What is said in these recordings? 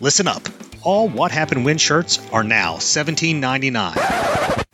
Listen up. All What Happened When shirts are now $17.99.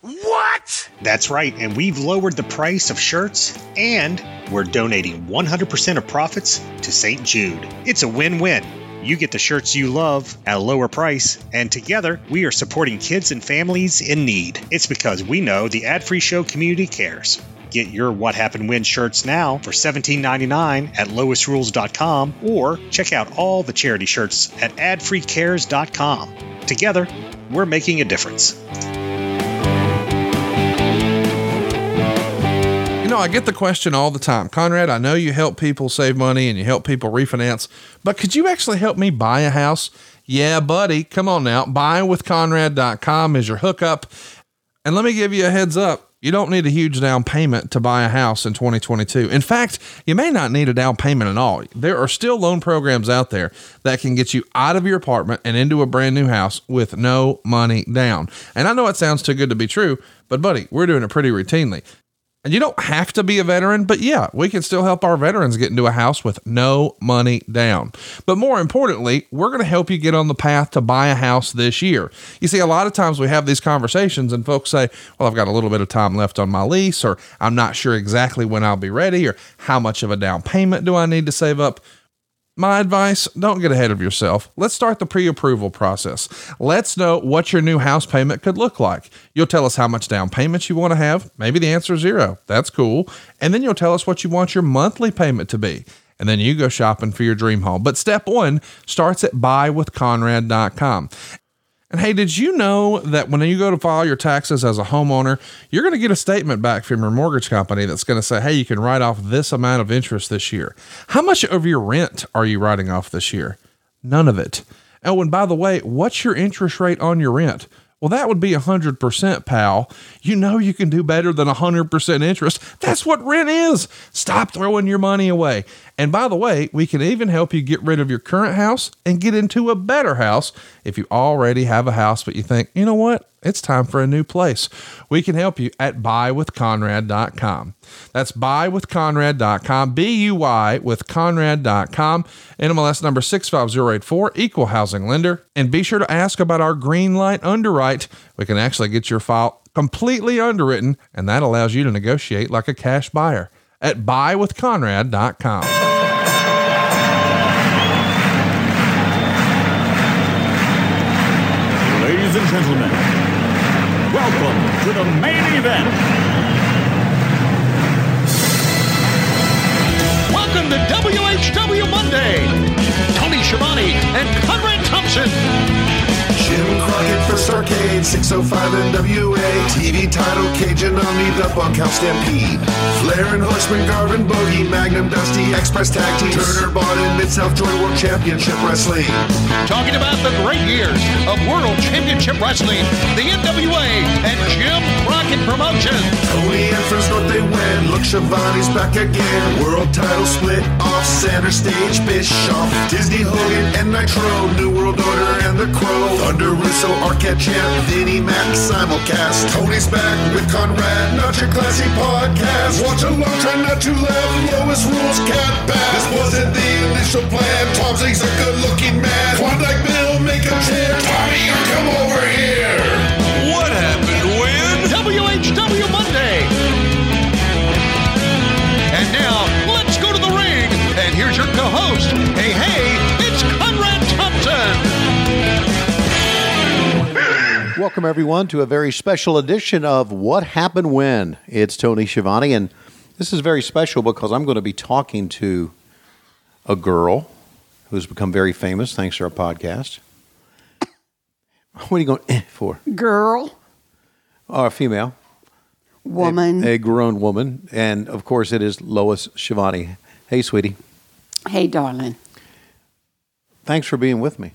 What? That's right, and we've lowered the price of shirts, and we're donating 100% of profits to St. Jude. It's a win win. You get the shirts you love at a lower price, and together we are supporting kids and families in need. It's because we know the ad free show community cares. Get your What Happened When shirts now for $17.99 at loisrules.com or check out all the charity shirts at adfreecares.com. Together, we're making a difference. You know, I get the question all the time Conrad, I know you help people save money and you help people refinance, but could you actually help me buy a house? Yeah, buddy, come on now. Buywithconrad.com is your hookup. And let me give you a heads up you don't need a huge down payment to buy a house in 2022. In fact, you may not need a down payment at all. There are still loan programs out there that can get you out of your apartment and into a brand new house with no money down. And I know it sounds too good to be true, but buddy, we're doing it pretty routinely. And you don't have to be a veteran, but yeah, we can still help our veterans get into a house with no money down. But more importantly, we're going to help you get on the path to buy a house this year. You see, a lot of times we have these conversations and folks say, well, I've got a little bit of time left on my lease, or I'm not sure exactly when I'll be ready, or how much of a down payment do I need to save up? My advice don't get ahead of yourself. Let's start the pre approval process. Let's know what your new house payment could look like. You'll tell us how much down payments you want to have. Maybe the answer is zero. That's cool. And then you'll tell us what you want your monthly payment to be. And then you go shopping for your dream home. But step one starts at buywithconrad.com. And hey, did you know that when you go to file your taxes as a homeowner, you're going to get a statement back from your mortgage company that's going to say, hey, you can write off this amount of interest this year? How much of your rent are you writing off this year? None of it. Oh, and by the way, what's your interest rate on your rent? Well, that would be 100%, pal. You know you can do better than 100% interest. That's what rent is. Stop throwing your money away. And by the way, we can even help you get rid of your current house and get into a better house if you already have a house, but you think, you know what? It's time for a new place. We can help you at buywithconrad.com. That's buywithconrad.com, B U Y with conrad.com, NMLS number 65084, equal housing lender. And be sure to ask about our green light underwrite. We can actually get your file completely underwritten, and that allows you to negotiate like a cash buyer at buywithconrad.com. Ladies and gentlemen, welcome to the main event. Welcome to WHW Monday. Tony Schiavone and Conrad Thompson. Jim Crockett for Starcade, 605 NWA, TV title Cajun Omni, the Bunkhouse Stampede, Flair and Horseman, Garvin Boogie, Magnum Dusty, Express Tag Team, Turner Bond and Mid South Joint World Championship Wrestling, Talking about the great years of World Championship Wrestling, the NWA, and Jim Crockett Promotion. Tony and Friends North they win, look Shivani's back again, World title split off, center stage Bischoff, Disney Hogan and Nitro, New World Order and the Crow, Thunder Russo, Arquette Champ, Vinnie Mac, Simulcast, Tony's back with Conrad, not your classy podcast, watch along, try not to laugh, Lois rules cat back, this wasn't the initial plan, Tom Zink's a good looking man, Klondike Bill, make a chair, Tommy, you come over here! What happened when? WHW Monday. And now, let's go to the ring. And here's your co host. Hey, hey, it's Conrad Thompson. Welcome, everyone, to a very special edition of What Happened When. It's Tony Schiavone, and this is very special because I'm going to be talking to a girl who's become very famous thanks to our podcast. What are you going eh, for? girl, Or a female, woman. a grown woman, and of course, it is Lois Schiavone. Hey, sweetie, Hey, darling. thanks for being with me.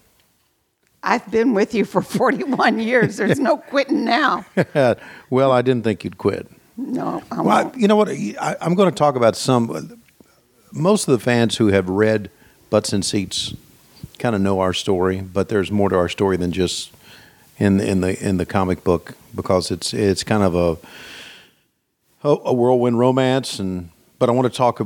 I've been with you for 41 years. There's no quitting now. well, I didn't think you'd quit. No, I Well, won't. I- you know what? I, I'm going to talk about some. uh, Most of the fans who have read Butts and Seats kind of know our story, but there's more to our story than just in in the in the comic book because it's it's kind of a a, a whirlwind romance. And but I want to talk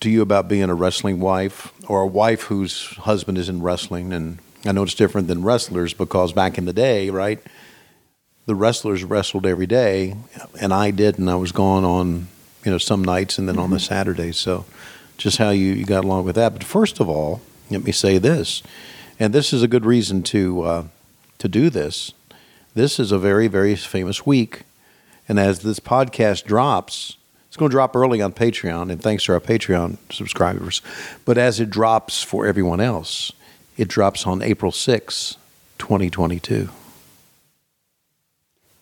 to you about being a wrestling wife or a wife whose husband is in wrestling. And I know it's different than wrestlers because back in the day, right? the wrestlers wrestled every day, and I didn't. I was gone on, you know, some nights and then on the Saturdays. So, just how you, you got along with that. But first of all, let me say this, and this is a good reason to uh, to do this. This is a very very famous week, and as this podcast drops, it's going to drop early on Patreon, and thanks to our Patreon subscribers. But as it drops for everyone else, it drops on April sixth, twenty twenty two.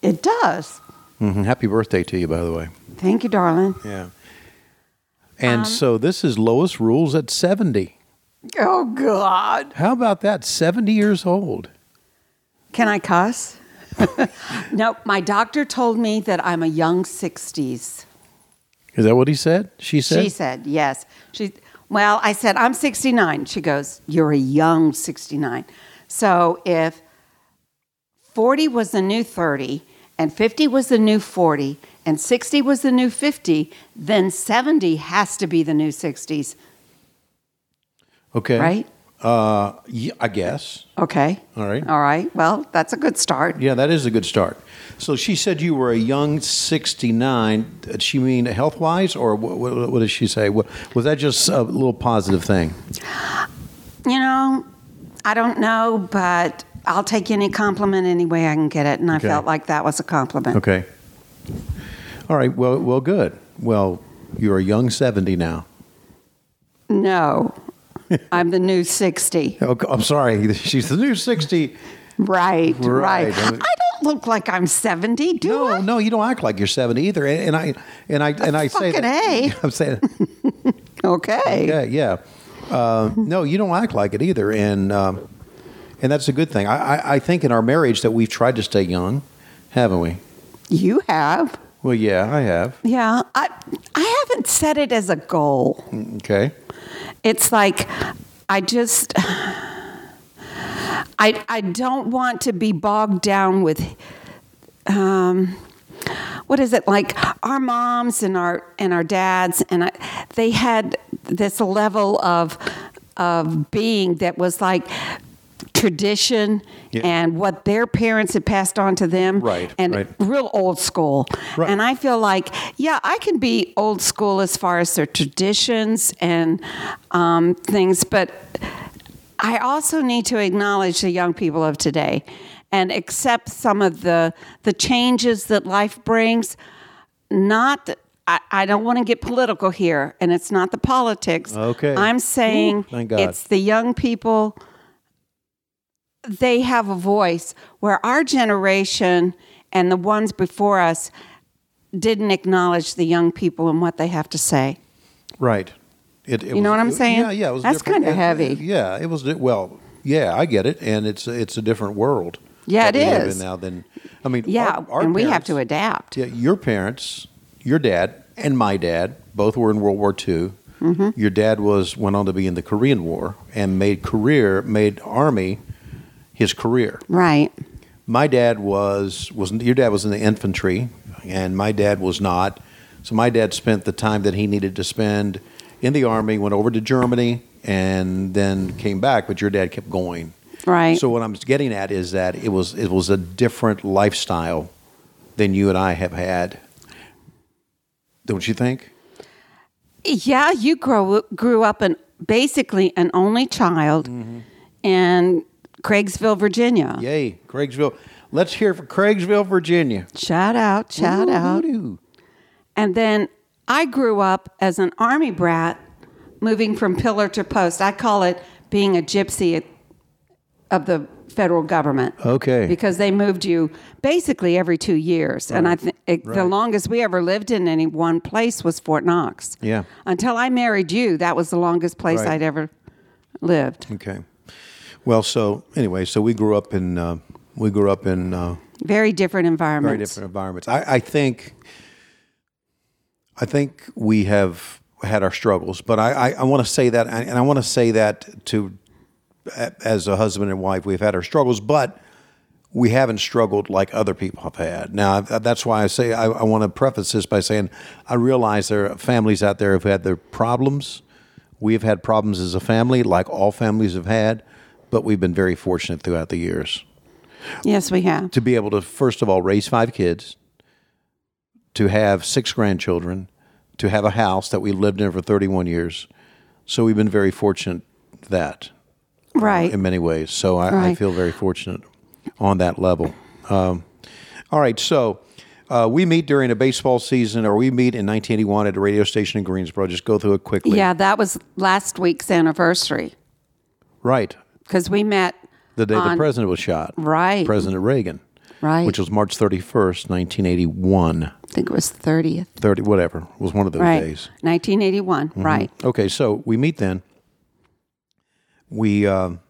It does. Mm-hmm. Happy birthday to you, by the way. Thank you, darling. Yeah. And so this is Lois rules at 70. Oh, God. How about that? 70 years old. Can I cuss? no, my doctor told me that I'm a young 60s. Is that what he said? She said? She said, yes. She, well, I said, I'm 69. She goes, You're a young 69. So if 40 was the new 30, and 50 was the new 40, and 60 was the new 50, then 70 has to be the new 60s, okay. right? Uh, yeah, I guess. Okay. All right. All right. Well, that's a good start. Yeah, that is a good start. So she said you were a young 69. Did she mean health wise, or what, what, what did she say? What, was that just a little positive thing? You know, I don't know, but I'll take any compliment any way I can get it. And I Okay. felt like that was a compliment. Okay. All right. Well, well, good. Well, you're a young 70 now. No, I'm the new 60. Okay, I'm sorry. She's the new 60. Right, right. Right. I don't look like I'm 70, do no, I? no, you don't act like you're 70 either. And, and I and I and I say Fucking that, A. I'm saying Okay. yeah, yeah. Uh, no, you don't act like it either, and um, and that's a good thing. I, I I think in our marriage that we've tried to stay young, haven't we? You have. Well, yeah, I have. Yeah. I, I haven't set it as a goal. Okay, It's like, I just, I, I don't want to be bogged down with, um, what is it like our moms and our and our dads and I, they had this level of of being that was like tradition Yeah. and what their parents had passed on to them Right, and right. real old school Right. and i feel like yeah i can be old school as far as their traditions and um, things but I also need to acknowledge the young people of today and accept some of the the changes that life brings. Not I, I don't want to get political here and it's not the politics. Okay. I'm saying Thank God. it's the young people they have a voice where our generation and the ones before us didn't acknowledge the young people and what they have to say. right. It, it You know what I'm saying? Yeah, yeah. It was That's different. kinda It- heavy. it- yeah, it was. di- Well, yeah, I get it, and it's it's a different world. Yeah, that it we live is. in now than I mean. Yeah, our- our and we have parents- to adapt. Yeah, your parents, your dad, and my dad both were in World War II. Your dad was went on to be in the Korean War and made career made army his career. Right. My dad was was your dad was in the infantry, and my dad was not. So my dad spent the time that he needed to spend in the army, went over to Germany, and then came back. But your dad kept going. Right. So what I'm getting at is that it was it was a different lifestyle than you and I have had. Don't you think? Yeah, you grow, grew up in basically an only child Mm-hmm. in Craigsville, Virginia. Yay, Craigsville. Let's hear for Craigsville, Virginia. Shout out, shout out. Ooh. And then I grew up as an army brat, moving from pillar to post. I call it being a gypsy of the federal government. Okay. Because they moved you basically every two years. And Oh, I think the longest we ever lived in any one place was Fort Knox. Yeah. Until I married you, that was the longest place Right. Mm. I'd ever lived. Okay. Well, so anyway, so we grew up in uh, we grew up in uh, Very different environments. very different environments. I, I think I think we have had our struggles, but I I, I want to say that, and I want to say that to a- as a husband and wife, we've had our struggles, but we haven't struggled like other people have had. Now, I- that's why I say I, I want to preface this by saying I realize there are families out there who've had their problems. We've had problems as a family, like all families have had, but we've been very fortunate throughout the years Yes, we have. to be able to first of all raise five kids to have six grandchildren to have a house that we lived in for 31 years so we've been very fortunate that Right. in many ways so i, I Right. feel very fortunate on that level um, all right so uh, we meet during a baseball season or we meet in 1981 at a radio station in greensboro just go through it quickly Yeah, that was last week's anniversary right because we met. the day the On- president was shot Right. president reagan Right. which was march 31st 1981 I think it was 30th. 30 whatever was one of those right. days Mm-hmm. 1981. Right. Okay, so we meet then. We um,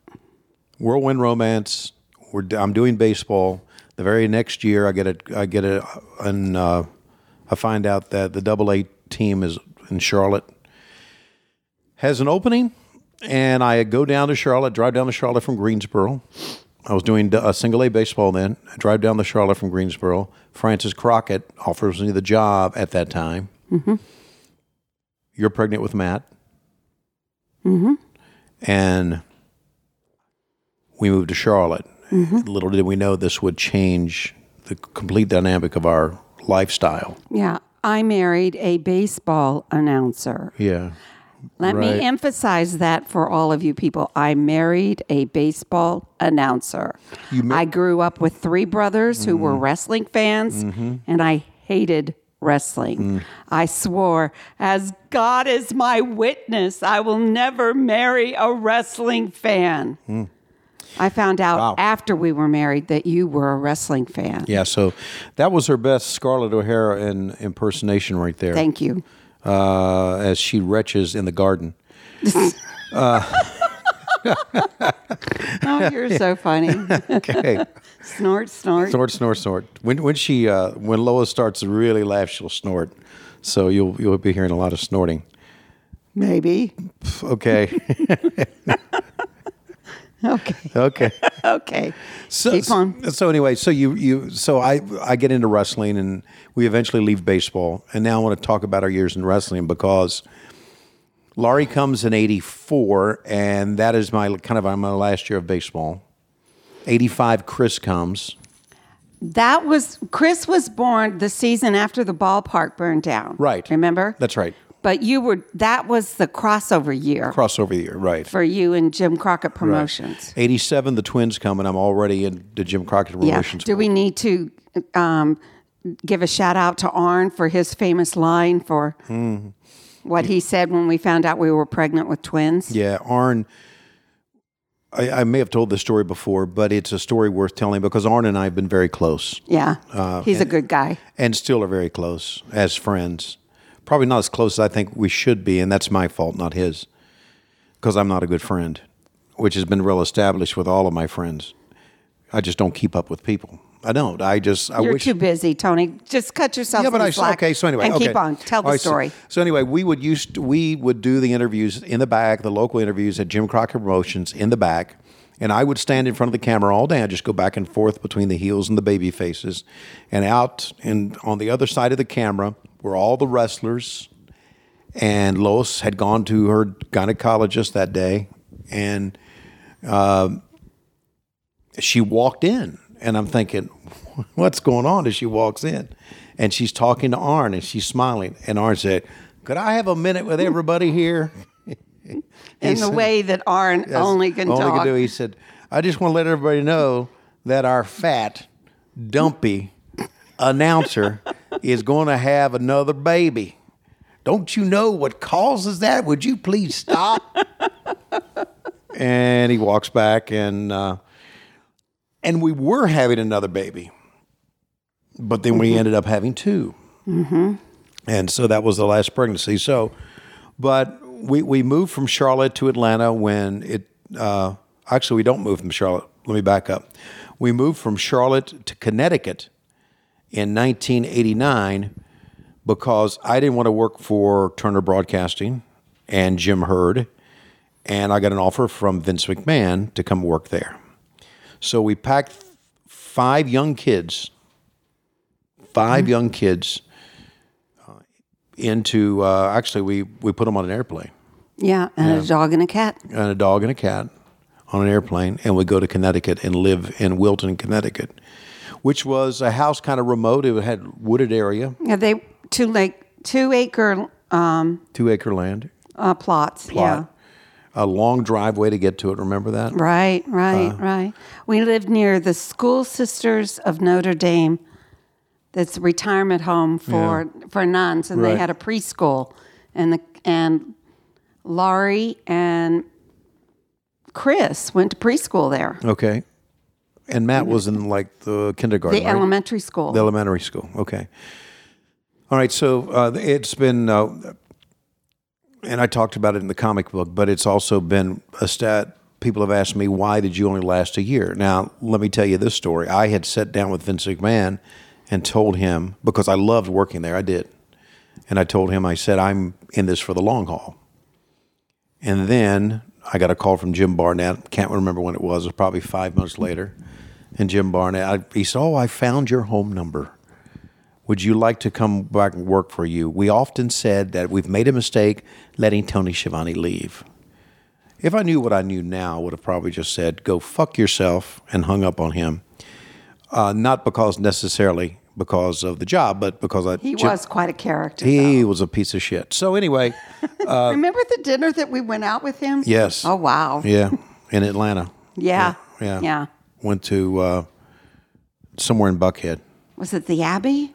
whirlwind romance. We're d- I'm doing baseball. The very next year, I get a I get a an uh, I find out that the Double A team is in Charlotte has an opening, and I go down to Charlotte. Drive down to Charlotte from Greensboro. I was doing a single A baseball then. I drive down to Charlotte from Greensboro. Francis Crockett offers me the job at that time you're pregnant with Matt. Mm-hmm. And we moved to Charlotte. Little did we know this would change the complete dynamic of our lifestyle. Yeah. I married a baseball announcer. Yeah. Let Right. me emphasize that for all of you people. I married a baseball announcer. I grew up with three brothers who Mm-hmm. were wrestling fans, and I hated wrestling. Mm. I swore, as God is my witness, I will never marry a wrestling fan. I found out Mm. Wow. after we were married that you were a wrestling fan. Yeah. So that was her best Scarlett O'Hara in, impersonation right there. Thank you. uh, as she retches in the garden. Oh, you're so funny. Okay. snort, snort. snort, snort, snort. When, when she uh, when Lois starts to really laugh, she'll snort. So you'll you'll be hearing a lot of snorting. Maybe. Okay. Okay. okay. Okay. So, Keep on. so anyway, so you you so I I get into wrestling and we eventually leave baseball and now I want to talk about our years in wrestling because Laurie comes in '84 and that is my kind of my last year of baseball. '85, Chris comes That was Chris was born the season after the ballpark burned down. right. Remember? That's right. But you were that was the crossover year Crossover year, right? for you and Jim Crockett Promotions. '87, the Twins come and I'm already in the Jim Crockett Yeah. relations. Do we need to um, give a shout out to Arn for his famous line for Mm-hmm. what he said when we found out we were pregnant with twins? Yeah, Arn. I, I may have told this story before, but it's a story worth telling because Arn and I have been very close. Yeah. He's a good guy. Uh, and still are very close as friends. Probably not as close as I think we should be, and that's my fault, not his, because I'm not a good friend, which has been well established with all of my friends. I just don't keep up with people. I don't. I just. I You're wish. too busy, Tony. Just cut yourself yeah, but some I slack okay. So anyway, and okay. keep on. Tell the All right, so- story. So, anyway, we would use we would do the interviews in the back, the local interviews at Jim Crockett Promotions in the back, and I would stand in front of the camera all day. I just go back and forth between the heels and the baby faces, and out and on the other side of the camera were all the wrestlers. And Lois had gone to her gynecologist that day, and she walked in and I'm thinking, what's going on as she walks in? And she's talking to Arn and she's smiling. And Arn said, Could I have a minute with everybody here? in the way that Arn only can only talk. Can do. He said, "I just want to let everybody know that our fat, dumpy announcer is going to have another baby. Don't you know what causes that? Would you please stop?" and he walks back, and uh, and we were having another baby, but then Mm-hmm. we ended up having 2 and so that was the last pregnancy. So, but we we moved from Charlotte to Atlanta when it. Uh, actually, we don't move from Charlotte. Let me back up. We moved from Charlotte to Connecticut in 1989 because I didn't want to work for Turner Broadcasting and Jim Hurd, and I got an offer from Vince McMahon to come work there. So we packed five young kids, 5 young kids into uh, actually we we put them on an airplane yeah, and a dog and a cat. and a dog and a cat on an airplane and we go to Connecticut and live in Wilton Connecticut which was a house kind of remote it had wooded area Yeah, they two like two acre um, two acre land uh, plots. plot a long driveway to get to it remember that Yeah, right, right, Uh. right. We lived near the School Sisters of Notre Dame. That's a retirement home for for nuns, and they Right. had a preschool, and the and Laurie and Chris went to preschool there, okay and Matt was in like the kindergarten the right? elementary school. The elementary school. Okay. All right. So uh, it's been, uh, and I talked about it in the comic book, but it's also been a stat. People have asked me, why did you only last a year? Now, let me tell you this story. I had sat down with Vince McMahon and told him, because I loved working there, I did. And I told him, I said, I'm in this for the long haul. And then I got a call from Jim Barnett. Can't remember when it was. It was probably five months later. And Jim Barnett, I, he said, "Oh, I found your home number. Would you like to come back and work for you?" We often said that we've made a mistake letting Tony Schiavone leave. If I knew what I knew now, I would have probably just said, "Go fuck yourself," and hung up on him. Uh, not because necessarily because of the job, but because I he Jim- was quite a character. he was a piece of shit. So anyway. Remember the dinner that we went out with him? Uh, Yes. Oh wow. Yeah, in Atlanta. Yeah. Yeah. Yeah. Went to uh, somewhere in Buckhead. Was it the Abbey?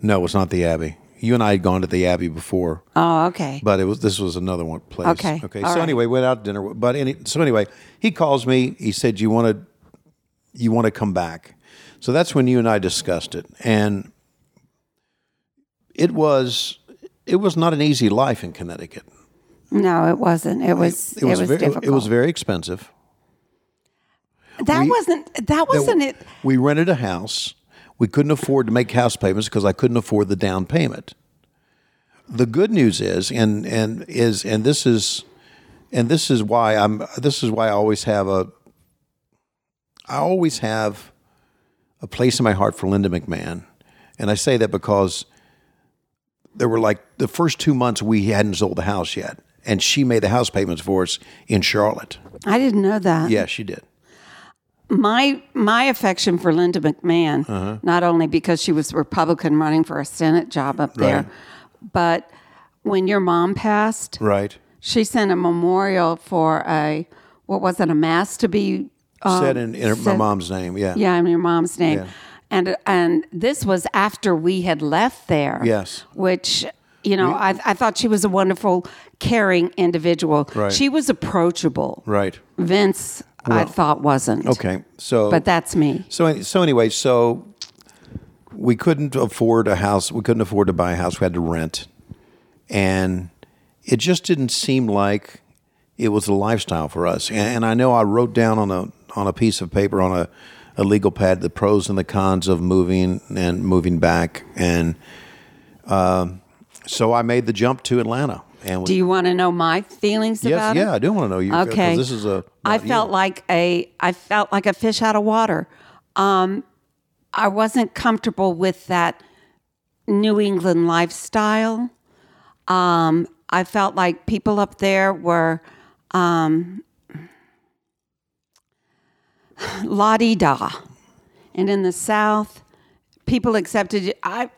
No, it's not the Abbey. You and I had gone to the Abbey before, Oh, okay. but it was this was another one place. Okay. Okay. All so right. anyway, went out to dinner. But any, so anyway, he calls me. He said, "You want to, you want to come back." So that's when you and I discussed it, and it was it was not an easy life in Connecticut. no, it wasn't. It was. It was, very, difficult. It was very expensive. That we- wasn't. That that wasn't it. We rented a house. We couldn't afford to make house payments because I couldn't afford the down payment. The good news is, and and is, and this is, and this is why I'm. This is why I always have a. I always have a place in my heart for Linda McMahon, and I say that because there were like the first two months we hadn't sold the house yet, and she made the house payments for us in Charlotte. I didn't know that. Yeah, she did. My my affection for Linda McMahon, Uh-huh. not only because she was Republican running for a Senate job up there, but when your mom passed, Right. she sent a memorial for a what was it a mass to be uh, said in, in my said- mom's name. Um, Yeah. Yeah, in your mom's name. Yeah. And and this was after we had left there. Yes. Which you know, I, I thought she was a wonderful, caring individual. Right. She was approachable. Right. Vince, I thought wasn't. Okay. So But that's me. so so anyway, so we couldn't afford a house. We couldn't afford to buy a house. We had to rent. And it just didn't seem like it was a lifestyle for us. And, and I know I wrote down on a on a piece of paper on a, a legal pad the pros and the cons of moving and moving back. And uh, so I made the jump to Atlanta. And Do you want to know my feelings yes, about it? yeah, I do want to know you. 'cause Okay. this is a. I about you. felt like a I felt like a fish out of water. Um, I wasn't comfortable with that New England lifestyle. Um, I felt like people up there were um, la di da, and in the South, people accepted you. I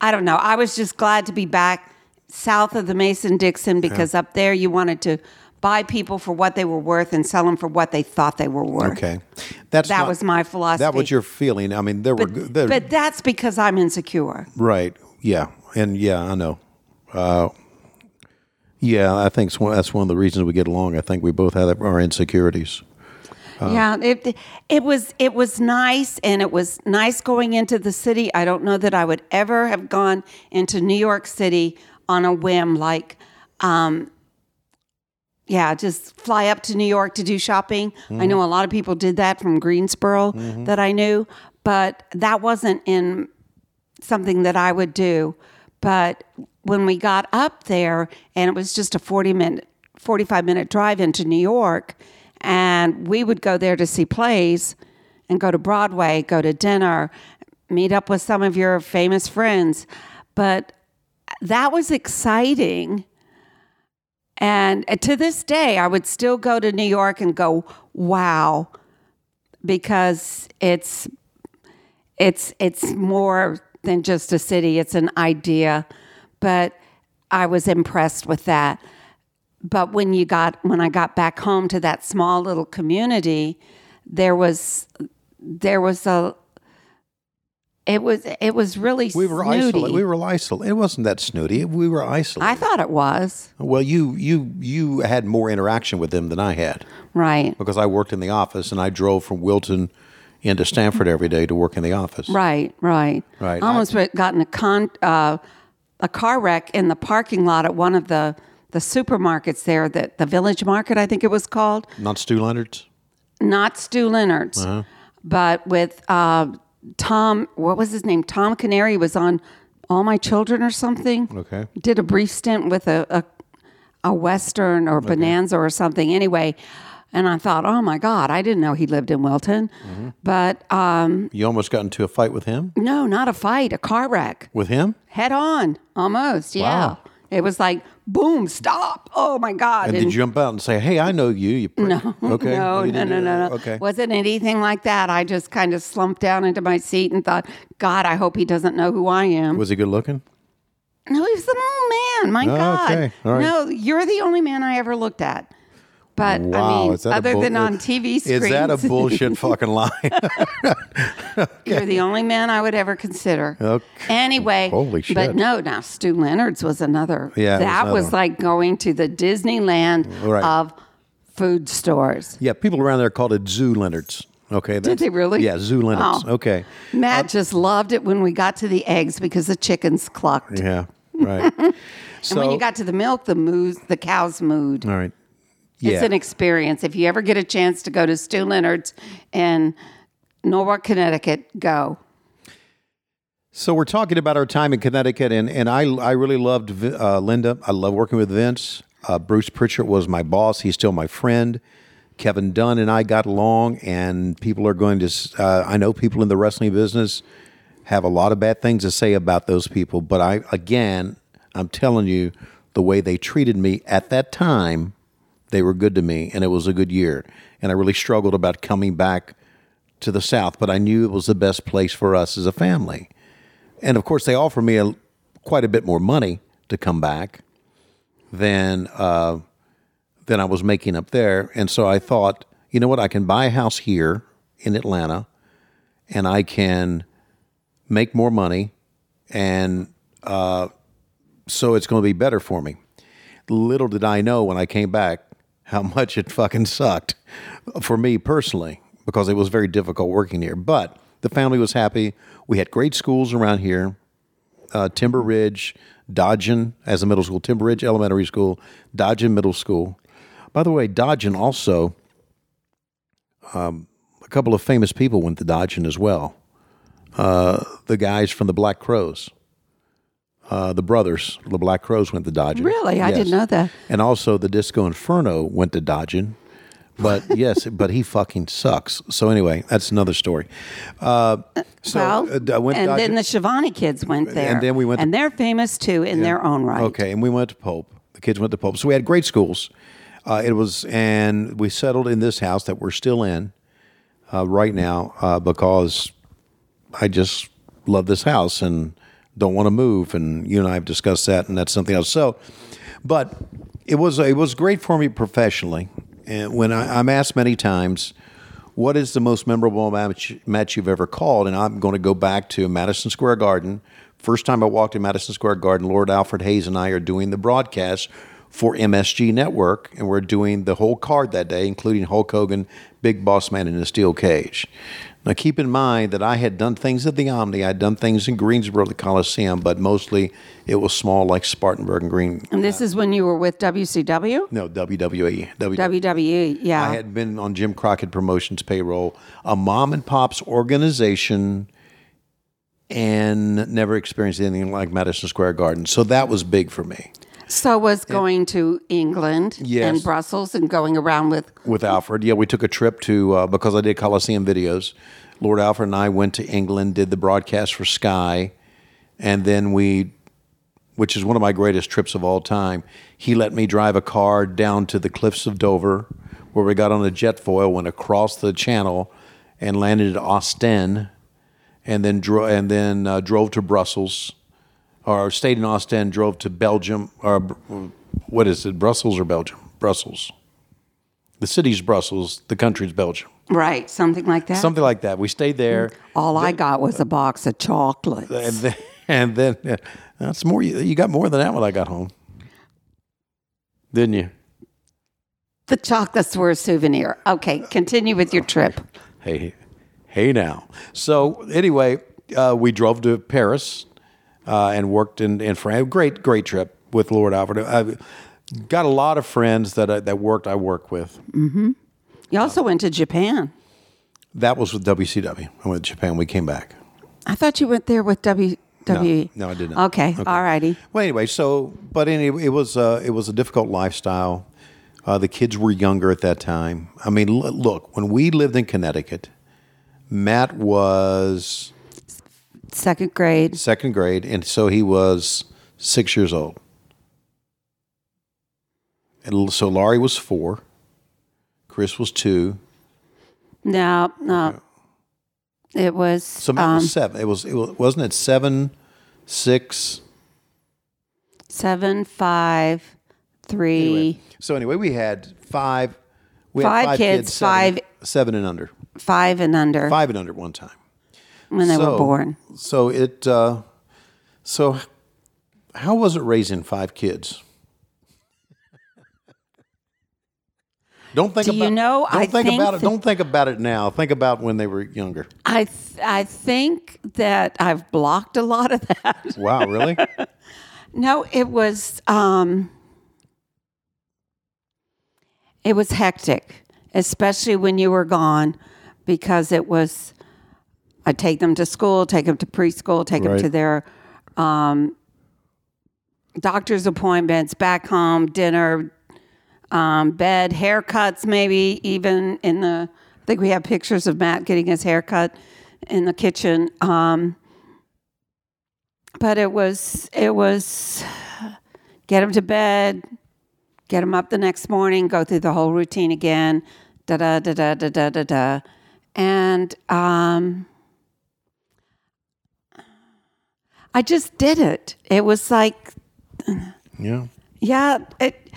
I don't know. I was just glad to be back south of the Mason Dixon because up there you wanted to buy people for what they were worth and sell them for what they thought they were worth. Okay, that's That not- was my That philosophy. was your feeling. I mean, there were But, there, but that's because I'm insecure. right, yeah, and yeah, I know. Uh, yeah, I think it's one- that's one of the reasons we get along. I think we both have our insecurities. yeah, it it was it was nice, and it was nice going into the city. I don't know that I would ever have gone into New York City on a whim, like, um, yeah, just fly up to New York to do shopping. I know a lot of people did that from Greensboro that I knew, but that wasn't in something that I would do. But when we got up there, and it was just a 40 minute, 45 minute drive into New York, and we would go there to see plays and go to Broadway, go to dinner, meet up with some of your famous friends. But that was exciting. And to this day, I would still go to New York and go, wow, because it's it's it's more than just a city it's an idea but i was impressed with that but when you got when i got back home to that small little community there was there was a it was it was really We were snooty. isolated. We were isolated. It wasn't that snooty. We were isolated. i thought it was well, you you you had more interaction with them than I had. right because I worked in the office and I drove from Wilton into Stanford every day to work in the office. Right, right, Right. I almost went- got in a con uh, a car wreck in the parking lot at one of the the supermarkets there, that the Village Market, I think it was called, Not Stu Leonard's. not Stu Leonard's, Uh-huh. but with uh, Tom. What was his name? Tom Canary was on All My Children or something. Okay. Did a brief stint with a a, a Western or Bonanza or something. Anyway. And I thought, oh my God, I didn't know he lived in Wilton. Mm-hmm. But um, You almost got into a fight with him. no, not a fight, a car wreck With him, head on almost. Yeah. Wow. It was like, boom, stop. Oh my God. and, did you jump out and say, "Hey, I know you"? You prick. No, Okay. Oh, no, You no, didn't no, do no, that? no. Okay. Wasn't anything like that. I just kind of slumped down into my seat and thought, God, I hope he doesn't know who I am. Was he good looking? no, he was an old man. My Oh, God. okay. All right. No, you're the only man I ever looked at. But I mean, is that a other bull- than on TV screens, Is that a bullshit fucking lie? You're the only man I would ever consider. Okay. Anyway, Holy shit. But no, now Stu Leonard's was another. Yeah, it was that another was, one. like going to the Disneyland Right. of food stores. yeah, people around there called it Zoo Leonard's. Okay. that's- they really? Yeah, Zoo Leonard's. Oh. Okay. Matt just loved it when we got to the eggs because the chickens clucked, Yeah. Right. so and when you got to the milk, the moos, the cows mooed. all right. Yeah. It's an experience. If you ever get a chance to go to Stu Leonard's in Norwalk, Connecticut, go. So we're talking about our time in Connecticut, and, and I I really loved Vi- uh, Linda. I love working with Vince. Uh, Bruce Pritchard was my boss. He's still my friend. Kevin Dunn and I got along, and people are going to. s- Uh, I know people in the wrestling business have a lot of bad things to say about those people, but I again, I'm telling you, the way they treated me at that time, they were good to me, and it was a good year. And I really struggled about coming back to the South, but I knew it was the best place for us as a family and of course they offered me a, quite a bit more money to come back than uh, than I was making up there, and so I thought, you know what, I can buy a house here in Atlanta, and I can make more money, and uh, so it's going to be better for me. Little did I know when I came back how much it fucking sucked for me personally because it was very difficult working here. But the family was happy. We had great schools around here uh, Timber Ridge, Dodgen as a middle school, Timber Ridge Elementary School, Dodgen Middle School. By the way, Dodgen also, um, a couple of famous people went to Dodgen as well. Uh, the guys from the Black Crows. Uh, the brothers, the Black Crows, went to Dodgen. Really, I didn't know that. And also, the Disco Inferno went to Dodgen, but yes, but he fucking sucks. So anyway, that's another story. Uh, so well, uh, I went and Dodgen- then the Shivani kids went there, then we went to- and they're famous too in their own right. Okay, and we went to Pope. The kids went to Pope. So we had great schools. Uh, it was, and we settled in this house that we're still in uh, right now uh, because I just love this house and don't want to move. And you and I have discussed that, and that's something else. So, but It was it was great for me professionally. And when I, I'm asked many times, what is the most memorable match, match you've ever called? And I'm going to go back to Madison Square Garden. First time I walked in Madison Square Garden, Lord Alfred Hayes and I are doing the broadcast for MSG Network, and we're doing the whole card that day, including Hulk Hogan, Big Boss Man in a steel cage. Now, keep in mind that I had done things at the Omni, I'd done things in Greensboro, at the Coliseum, but mostly it was small like Spartanburg and Green. And this is when you were with WCW? No, E. WWE. E. WWE. WWE, yeah. I had been on Jim Crockett Promotions payroll, a mom and pops organization, and never experienced anything like Madison Square Garden. So that was big for me so was going to England Yes. and Brussels and going around with with Alfred. Yeah, we took a trip to, uh, because I did Coliseum videos, Lord Alfred and I went to England, did the broadcast for Sky, and then we, which is one of my greatest trips of all time, he let me drive a car down to the cliffs of Dover where we got on a jetfoil, went across the channel, and landed at Ostend. and then dro- and then uh, drove to Brussels, or stayed in Ostend, drove to Belgium, or Br- what is it, Brussels or Belgium? Brussels. The city's Brussels, the country's Belgium, right something like that. something like that. We stayed there, All I got was a box of chocolates. and then, and then yeah, that's more. You you got more than that when I got home, didn't you? the chocolates were a souvenir. Okay, continue with your trip. hey, hey now. So anyway, uh, we drove to Paris uh, and worked in, in France. Great, great trip with Lord Alfred. I've got a lot of friends that I, that worked I work with. You also went to Japan. That was with WCW. I went to Japan. We came back. I thought you went there with W. W. E. No, I did not. Okay, Okay. all righty. Well, anyway, so but anyway, it was uh, it was a difficult lifestyle. Uh, the kids were younger at that time. I mean, l- look, when we lived in Connecticut, Matt was Second grade. second grade, and so he was six years old. And l- so Laurie was four, Chris was two, No, no. It was. so Matt um, was seven. It was it was, wasn't it seven, six. seven, five, three, Anyway, so anyway, we had five. We Five had five kids, kids, seven, five- seven and under, five and under five and under at one time. when they So- were born. So it, uh, so how was it raising five kids? Don't think Do you about know, Don't I think, think about it. that- Don't think about it now. Think about when they were younger. I th- I think that I've blocked a lot of that. Wow, really? No, it was um, it was hectic, especially when you were gone, because it was. I take them to school, take them to preschool, take Right. them to their um, doctor's appointments, back home, dinner, um, bed, haircuts, maybe even in the. I think we have pictures of Matt getting his haircut in the kitchen. Um, but it was it was get him to bed, get him up the next morning, go through the whole routine again, da da da da da da da da, and um, I just did it. It was like yeah. yeah, it,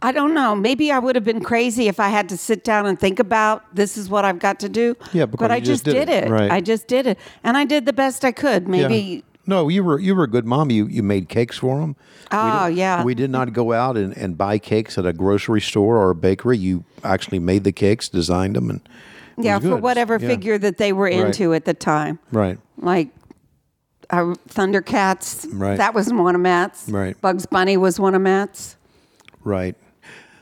I don't know. Maybe I would have been crazy if I had to sit down and think about this is what I've got to do. Yeah, because but I you just just did did it. it. Right. I just did it, and I did the best I could. Maybe. No, you were you were a good mom. You you made cakes for them. Oh yeah. We did not go out and, and buy cakes at a grocery store or a bakery. You actually made the cakes, designed them, and it yeah, was for good. whatever Yeah. figure that they were into at the time. Right. Like uh, Thundercats, Right. that was one of Matt's. Right. Bugs Bunny was one of Matt's. Right.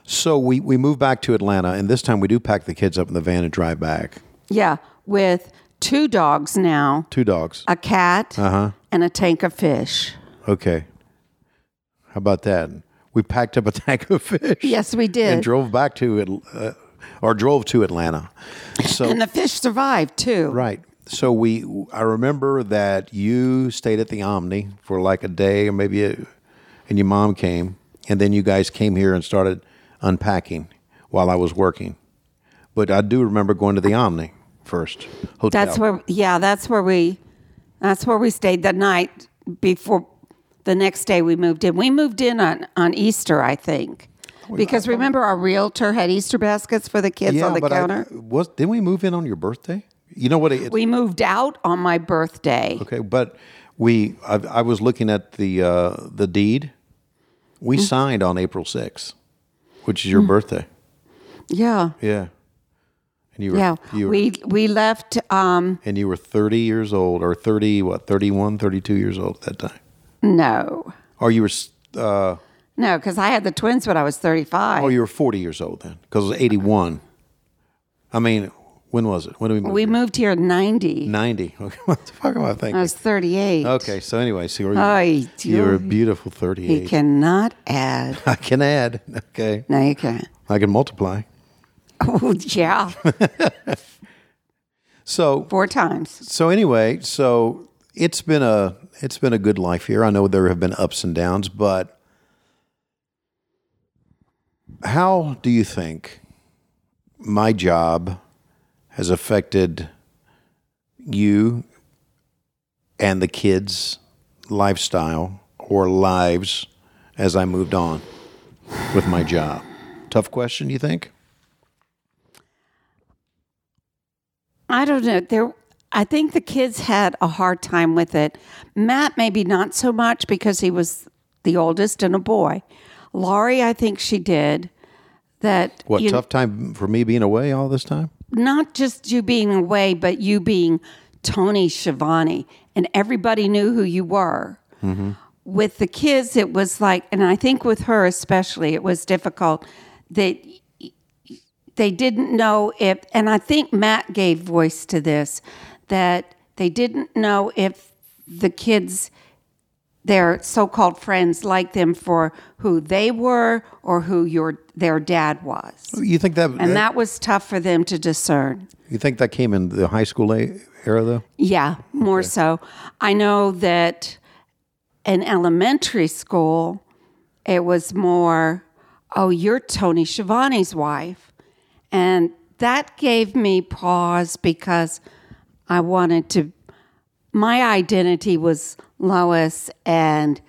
So we, we move back to Atlanta, and this time we do pack the kids up in the van and drive back. Yeah, with two dogs now, Two dogs. a cat, Uh-huh. and a tank of fish. Okay. How about that? We packed up a tank of fish. Yes, we did. And drove back to Atl- uh, or drove to Atlanta. So And the fish survived too. right. So we I remember that you stayed at the Omni for like a day or maybe a, and your mom came and then you guys came here and started unpacking while I was working. But I do remember going to the Omni first hotel. That's where, yeah, that's where we, that's where we stayed the night before. The next day we moved in. We moved in on on Easter, I think. Oh, Because remember, our realtor had Easter baskets for the kids on the but I- counter. was didn't we move in on your birthday? You know what? It, we moved out on my birthday. okay, but we I, I was looking at the uh, the deed. We Mm-hmm. signed on April 6th, which is your birthday. Yeah. Yeah, and you were Yeah. you were, We we left um and you were 30 years old or 30 what 31 32 years old at that time. no. Or you were s- uh, No, because I had the twins when I was 35. oh you were 40 years old then because it was 81. I mean, when was it? When did we move? we here? moved here in 90. 90. Okay, what the fuck am I thinking? I was 38. Okay, so anyway, so you're, Ay, you're a Dios. beautiful He 38. cannot add. I can add. Okay. No, you can't. I can multiply. Oh, yeah. So Four times. so anyway, so it's been a it's been a good life here. I know there have been ups and downs, but how do you think my job has affected you and the kids' lifestyle or lives as I moved on with my job? Tough question, you think? I don't know. There, I think the kids had a hard time with it. Matt, maybe not so much because he was the oldest and a boy. Laurie, I think she did. That What you- tough time for me being away all this time? not just you being away, but you being Tony Schiavone, and everybody knew who you were. With the kids, it was like, and I think with her especially, it was difficult that they didn't know if, and I think Matt gave voice to this, that they didn't know if the kids, their so-called friends, liked them for who they were or who your their dad was. You think that And that was tough for them to discern. You think that came in the high school a- era, though? Yeah, more so. I know that in elementary school, it was more, oh, you're Tony Schiavone's wife. And that gave me pause because I wanted to, my identity was Lois and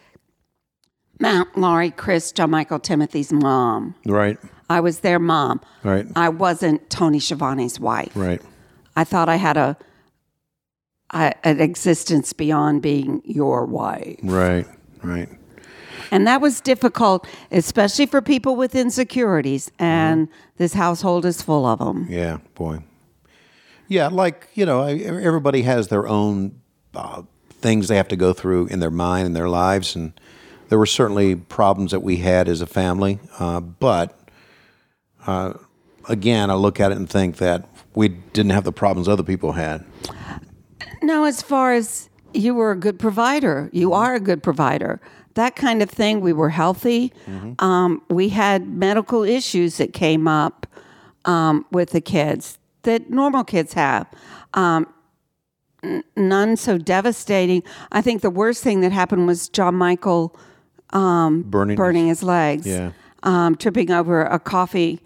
Mount Laurie Chris John Michael Timothy's mom. Right, I was their mom. right, I wasn't Tony Schiavone's wife. right. I thought I had a, I, an existence beyond being your wife. Right, right. And that was difficult, especially for people with insecurities. And this household is full of them. Yeah, boy. Yeah, like you know, I- everybody has their own uh, things they have to go through in their mind and their lives, and there were certainly problems that we had as a family. Uh, but uh, again, I look at it and think that we didn't have the problems other people had. Now, as far as you were a good provider, you are a good provider. That kind of thing. We were healthy. Um, we had medical issues that came up um, with the kids that normal kids have. none so devastating. I think the worst thing that happened was John Michael um, Burning, burning his legs, Yeah. um, tripping over a coffee,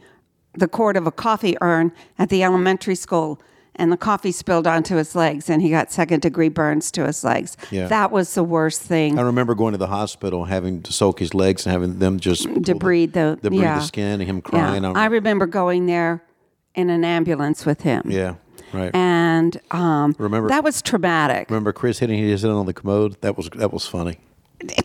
the cord of a coffee urn at the elementary school, and the coffee spilled onto his legs, and he got second degree burns to his legs. Yeah. That was the worst thing. I remember going to the hospital, having to soak his legs and having them just pull the- Debris, the, debris yeah. the skin, and him Yeah. crying. I'm- I remember going there in an ambulance with him. Yeah, right. And um, Remember- that was traumatic. Remember Chris hitting his head on the commode? That was that was funny.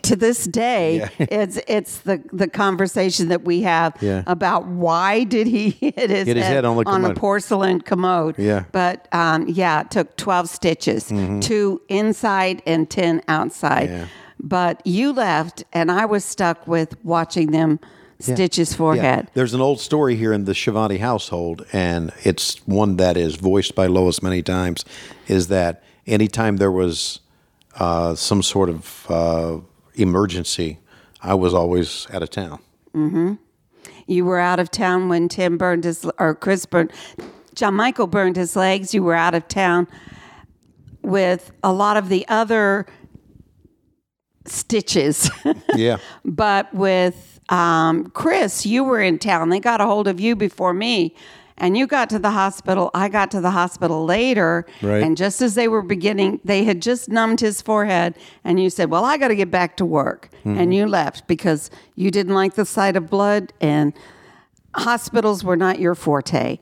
to this day it's it's the the conversation that we have Yeah. about why did he hit his, Hit his head on the a commode. porcelain commode Yeah. Mm-hmm. but um, yeah it took 12 stitches two inside and 10 outside Yeah. but you left and i was stuck with watching them stitch his forehead There's an old story here in the Shivani household, and it's one that is voiced by Lois many times, is that anytime there was uh, some sort of uh, emergency, I was always out of town. you were out of town when tim burned his or chris burned john michael burned his legs you were out of town with a lot of the other stitches Yeah. but with um, Chris, you were in town. They got a hold of you before me, And you got to the hospital. I got to the hospital later. Right. And just as they were beginning, they had just numbed his forehead. And you said, Well, I got to get back to work. And you left because you didn't like the sight of blood and hospitals were not your forte.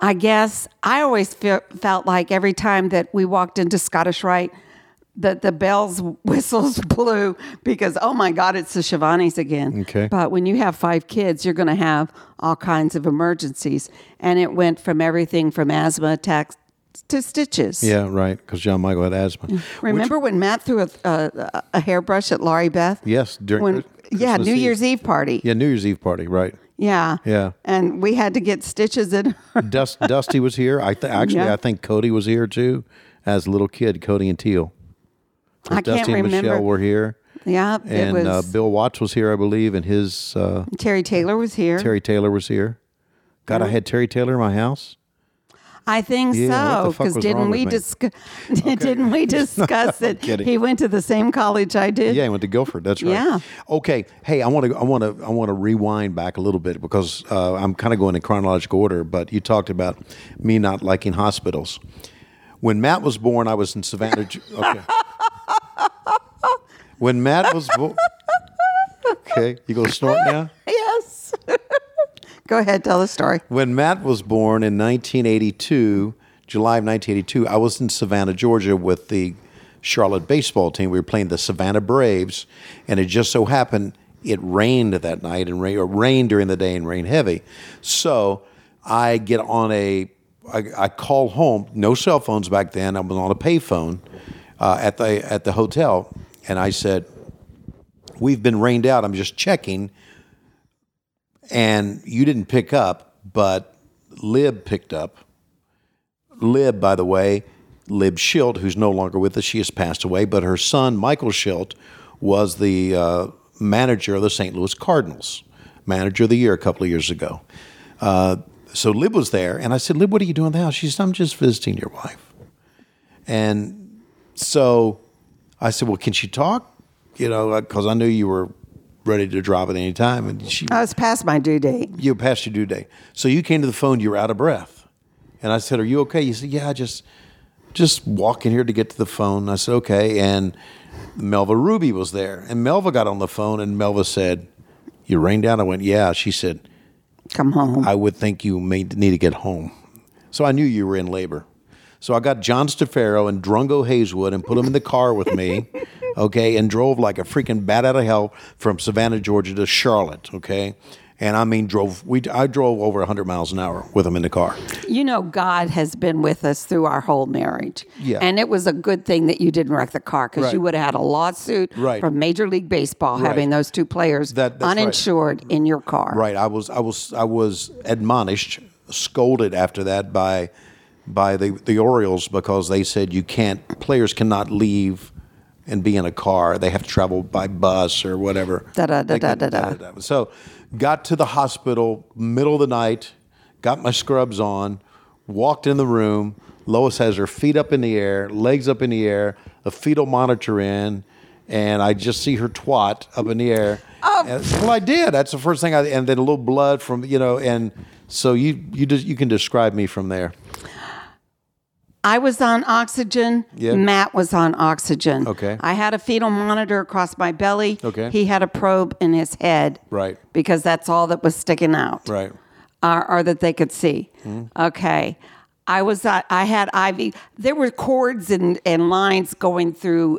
I guess I always fe- felt like every time that we walked into Scottish Rite, that the bells whistles blew because oh my god it's the Shivani's again. Okay. But when you have five kids, you're going to have all kinds of emergencies, and it went from everything from asthma attacks to stitches. Yeah, right. Because John Michael had asthma. Mm. Remember when Matt threw a, a, a hairbrush at Laurie Beth? Yes, during When, Christ- yeah, Christmas New Eve. Year's Eve party. yeah, New Year's Eve party, right? Yeah. Yeah. And we had to get stitches in her. Dust, Dusty was here. I th- actually, Yeah. I think Cody was here too, as a little kid. Cody and Teal. I Dusty can't and remember. Michelle were here, Yeah, it and was uh, Bill Watts was here, I believe, and his uh, Terry Taylor was here. Terry Taylor was here. God, I had Terry Taylor in my house. I think Yeah, what so the fuck because was didn't wrong we with me? discuss? didn't we discuss it? kidding. he went to the same college I did. Yeah, he went to Guilford. That's right. Yeah. Okay. Hey, I want to, I want to, I want to rewind back a little bit because uh, I'm kind of going in chronological order. But you talked about me not liking hospitals. When Matt was born, I was in Savannah. Ge- Okay. When Matt was born. Okay, you gonna snort now? Yes. Go ahead, tell the story. When Matt was born in 1982, July of 1982, I was in Savannah, Georgia with the Charlotte baseball team. We were playing the Savannah Braves, and it just so happened it rained that night and rain, or rained during the day and rained heavy. So I get on a, I, I call home. No cell phones back then. I was on a payphone uh, at the at the hotel, and I said, "We've been rained out. I'm just checking." and you didn't pick up, but Lib picked up. Lib, by the way, Lib Schilt, who's no longer with us, she has passed away, but her son, Michael Schilt, was the uh, manager of the St. Louis Cardinals, manager of the year a couple of years ago. Uh, so Lib was there, and I said, Lib, what are you doing in the house? She said, I'm just visiting your wife. And so I said, Well, can she talk? You know, because I knew you were ready to drop at any time. And she I was past my due date. you passed your due date. So you came to the phone, you were out of breath. And I said, Are you okay? You said, Yeah, I just just walking here to get to the phone. I said, Okay. And Melva Ruby was there. And Melva got on the phone and Melva said, You rained out? I went, Yeah. She said, Come home. I would think you may need to get home. So I knew you were in labor. So I got John Stefaro and Drungo Hazewood and put them in the car with me, okay, and drove like a freaking bat out of hell from Savannah, Georgia to Charlotte, okay. And I mean, drove we I drove over 100 miles an hour with them in the car. you know, God has been with us through our whole marriage. Yeah. And it was a good thing that you didn't wreck the car because Right. you would have had a lawsuit Right. from Major League Baseball having those two players That- that's right. uninsured in your car. Right. I was I was I was admonished, scolded after that by by the the Orioles because they said you can't players cannot leave and be in a car. They have to travel by bus or whatever. Da, da, da, They couldn't- da, da, da. da. So got to the hospital middle of the night, got my scrubs on, walked in the room. Lois has her feet up in the air, legs up in the air, a fetal monitor in, and I just see her twat up in the air. Oh. And- well, I did. That's the first thing I, and then a little blood from you know, and so you you just you can describe me from there. I was on oxygen. Yeah. Matt was on oxygen. Okay. I had a fetal monitor across my belly. Okay. He had a probe in his head. Right. Because that's all that was sticking out. Right. Mm-hmm. Or, or that they could see. Okay. I was. I I had IV. There were cords and, and lines going through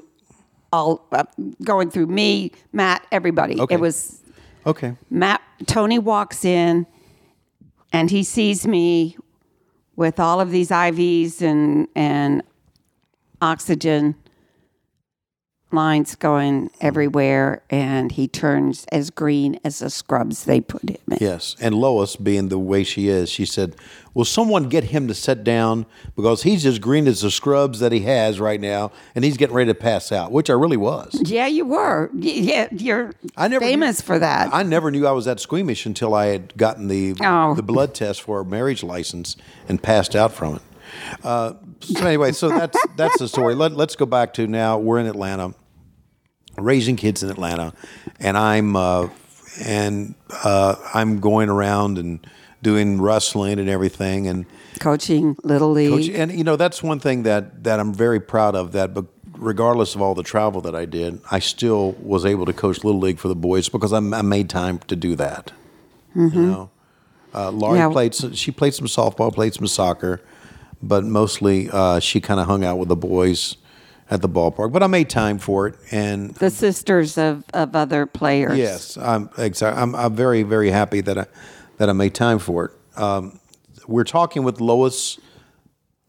all uh, going through me, Matt, everybody. Okay. It was Okay. Matt Tony walks in and he sees me with all of these IVs and and oxygen lines going everywhere and he turns as green as the scrubs they put him in. Yes. And Lois, being the way she is, she said, Will someone get him to sit down? Because he's as green as the scrubs that he has right now, and he's getting ready to pass out, which I really was. Yeah, you were. Y- Yeah, you're I never famous for that. I never knew I was that squeamish until I had gotten the Oh. the blood test for a marriage license and passed out from it. Uh, so anyway, so that's that's the story. Let, let's go back to now. We're in Atlanta, raising kids in Atlanta, and I'm uh, and uh, I'm going around and doing wrestling and everything, and coaching Little League. Coach, and you know that's one thing that that I'm very proud of. That, but regardless of all the travel that I did, I still was able to coach little league for the boys because I, I made time to do that. You know, uh, Laurie Yeah. played. Some, she played some softball, played some soccer, but mostly uh, she kind of hung out with the boys at the ballpark. But I made time for it, and the sisters of, of other players. Yes, I'm exactly. I'm, I'm very very happy that I that I made time for it. Um, we're talking with Lois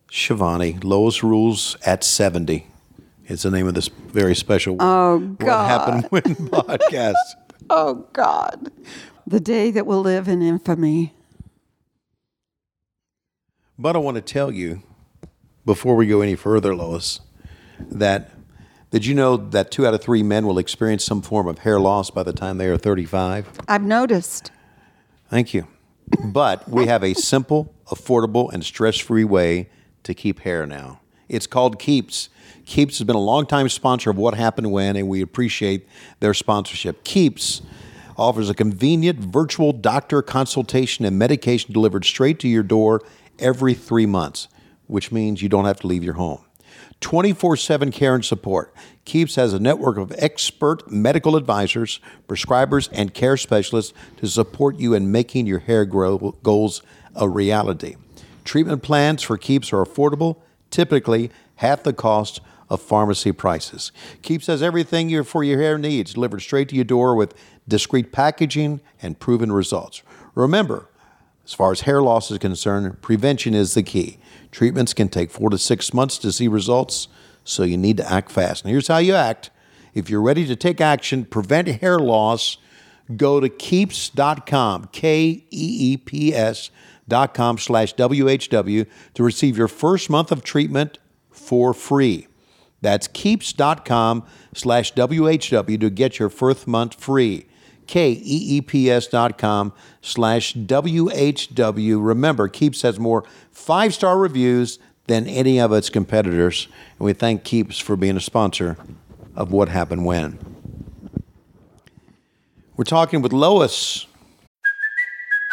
Shivani. Lois rules at seventy. It's the name of this very special. Oh What happened when podcast? Oh God. The day that will live in infamy. but I want to tell you before we go any further, Lois, that did you know that two out of three men will experience some form of hair loss by the time they are thirty-five? I've noticed. Thank you. But we have a simple, affordable, and stress free way to keep hair now. It's called Keeps. Keeps has been a longtime sponsor of What Happened When, and we appreciate their sponsorship. Keeps offers a convenient virtual doctor consultation and medication delivered straight to your door every three months, which means you don't have to leave your home. 24 7 care and support. Keeps has a network of expert medical advisors, prescribers, and care specialists to support you in making your hair grow goals a reality. Treatment plans for Keeps are affordable, typically half the cost of pharmacy prices. Keeps has everything your, for your hair needs delivered straight to your door with discreet packaging and proven results. Remember, as far as hair loss is concerned, prevention is the key. Treatments can take four to six months to see results, so you need to act fast. And here's how you act. If you're ready to take action, prevent hair loss, go to keeps.com, K E E P S.com slash WHW to receive your first month of treatment for free. That's keeps.com slash WHW to get your first month free. K E E P S dot com slash W H W. Remember, Keeps has more five star reviews than any of its competitors. And we thank Keeps for being a sponsor of What Happened When. We're talking with Lois.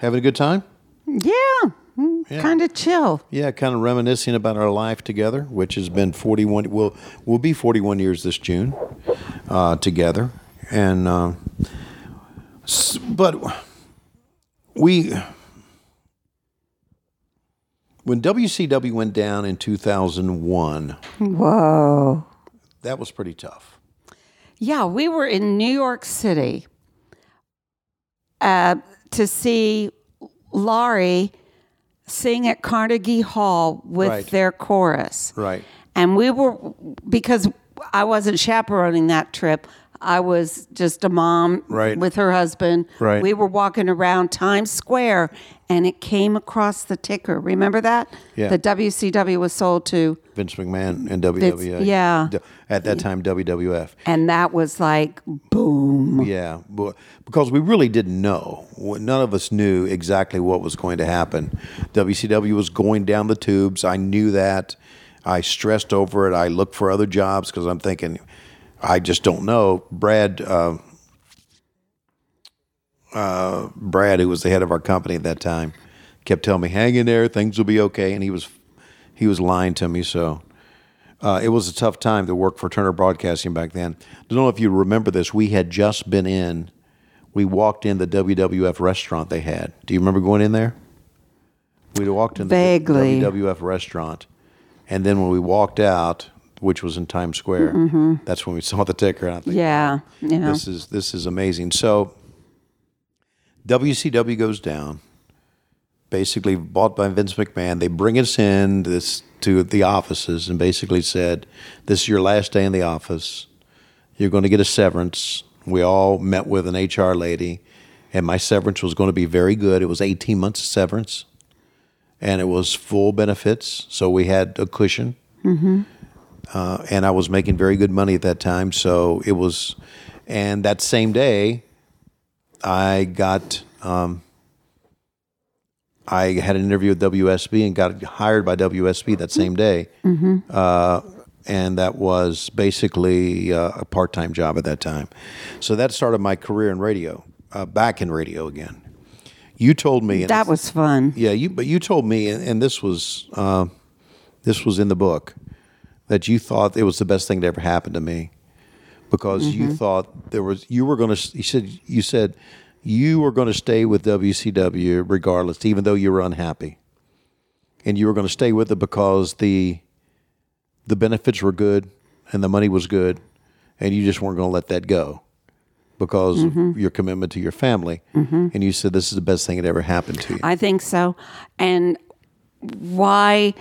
Having a good time? Yeah. Kind of chill. Yeah, kind of reminiscing about our life together, which has been 41. We'll, we'll be 41 years this June uh, together. And, uh, s- but we, when WCW went down in 2001, Whoa. that was pretty tough. Yeah, we were in New York City uh, to see Laurie sing at Carnegie Hall with Right. their chorus. Right. And we were, because I wasn't chaperoning that trip, I was just a mom Right. with her husband. Right. We were walking around Times Square and it came across the ticker. Remember that? Yeah. The WCW was sold to, Vince McMahon and WWE. yeah. At that time, WWF. and that was like, boom. Yeah, bu- because we really didn't know. W- None of us knew exactly what was going to happen. WCW was going down the tubes. I knew that. I stressed over it. I looked for other jobs because I'm thinking, I just don't know. Brad, uh, uh, Brad, who was the head of our company at that time, kept telling me, "Hang in there, things will be okay," and he was he was lying to me. So uh, it was a tough time to work for Turner Broadcasting back then. don't know if you remember this. We had just been in. We walked in the WWF restaurant they had. Do you remember going in there? We walked in Vaguely. the WWF restaurant, and then when we walked out, which was in Times Square, that's when we saw the ticker. And I think, Yeah. Yeah. this is this is amazing. So WCW goes down, basically bought by Vince McMahon. They bring us in this to the offices and basically said, "This is your last day in the office. You're going to get a severance." We all met with an HR lady, and my severance was going to be very good. It was 18 months of severance. and it was full benefits, so we had a cushion. Uh, and I was making very good money at that time, so it was. And that same day, I got um, I had an interview with WSB and got hired by WSB that same day. Uh, and that was basically uh, a part time job at that time. So that started my career in radio, uh, back in radio again. You told me and That was fun. yeah, you but you told me, and, and this was uh, this was in the book that you thought it was the best thing that ever happened to me because you thought there was you were going to you said you said you were going to stay with WCW regardless, even though you were unhappy, and you were going to stay with it because the the benefits were good and the money was good, and you just weren't going to let that go. Because of your commitment to your family, and you said this is the best thing that ever happened to you. I think so. And why?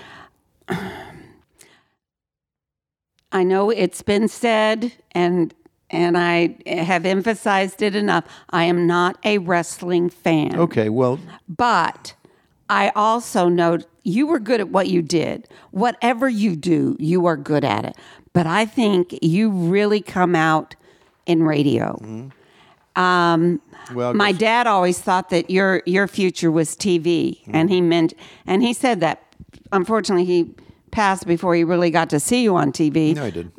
I know it's been said, and and I have emphasized it enough. I am not a wrestling fan. Okay, well, But I also know you were good at what you did. Whatever you do, you are good at it. But I think you really come out in radio. Um, Mm-hmm. Well, I my guess- dad always thought that your your future was TV, Mm-hmm. and he meant and he said that. Unfortunately, he passed before he really got to see you on TV. no, I did.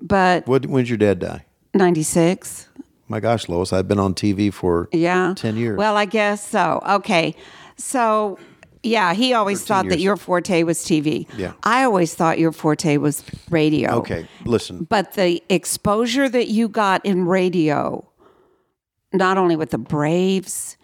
But What? When'd your dad die? ninety six. My gosh, Lois, I've been on TV for Yeah. 10 years. Well, I guess so. Okay. So, yeah, he always thought that years. your forte was TV. Yeah. I always thought your forte was radio. okay. Listen, But the exposure that you got in radio, not only with the Braves,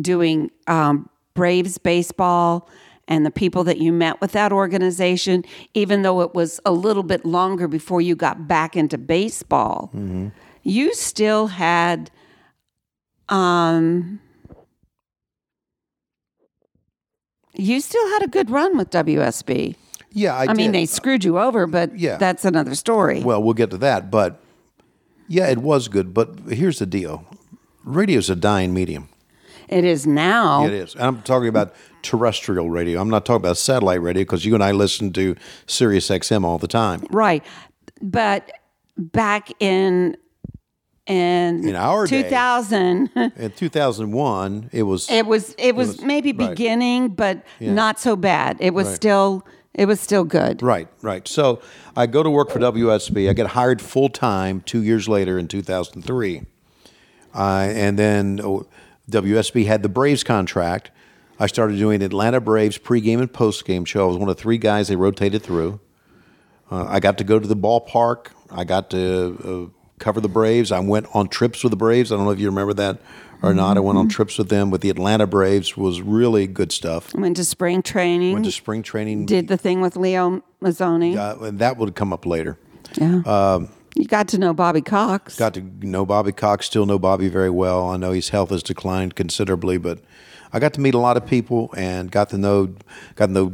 doing um, Braves baseball, and the people that you met with that organization, even though it was a little bit longer before you got back into baseball, Mm-hmm. you still had um, you still had a good run with WSB. yeah, I, I, mean, they did. screwed you over, but Yeah. that's another story. Well, we'll get to that, but yeah, it was good. But here's the deal: radio's a dying medium. it is now. It is. And I'm talking about terrestrial radio. I'm not talking about satellite radio because you and I listen to Sirius XM all the time. Right. But back in in, In our day. 2000 In 2001, it was it was it was, was- maybe right. beginning but not so bad. It was still it was still good. Right, right. So I go to work for WSB. I get hired full time two years later in 2003. Uh, and then oh, WSB had the Braves contract. I started doing Atlanta Braves pregame and postgame show. I was one of three guys they rotated through. Uh, I got to go to the ballpark. I got to uh, cover the Braves. I went on trips with the Braves. I don't know if you remember that or not. I went on trips with them with the Atlanta Braves. Was really good stuff. Went to spring training. Went to spring training. Mm-hmm. did the thing with Leo Mazzoni. uh, and that would come up later. Yeah. you got to know Bobby Cox. Um, Got to know Bobby Cox, still know Bobby very well. I know his health has declined considerably, but I got to meet a lot of people and got to know got to know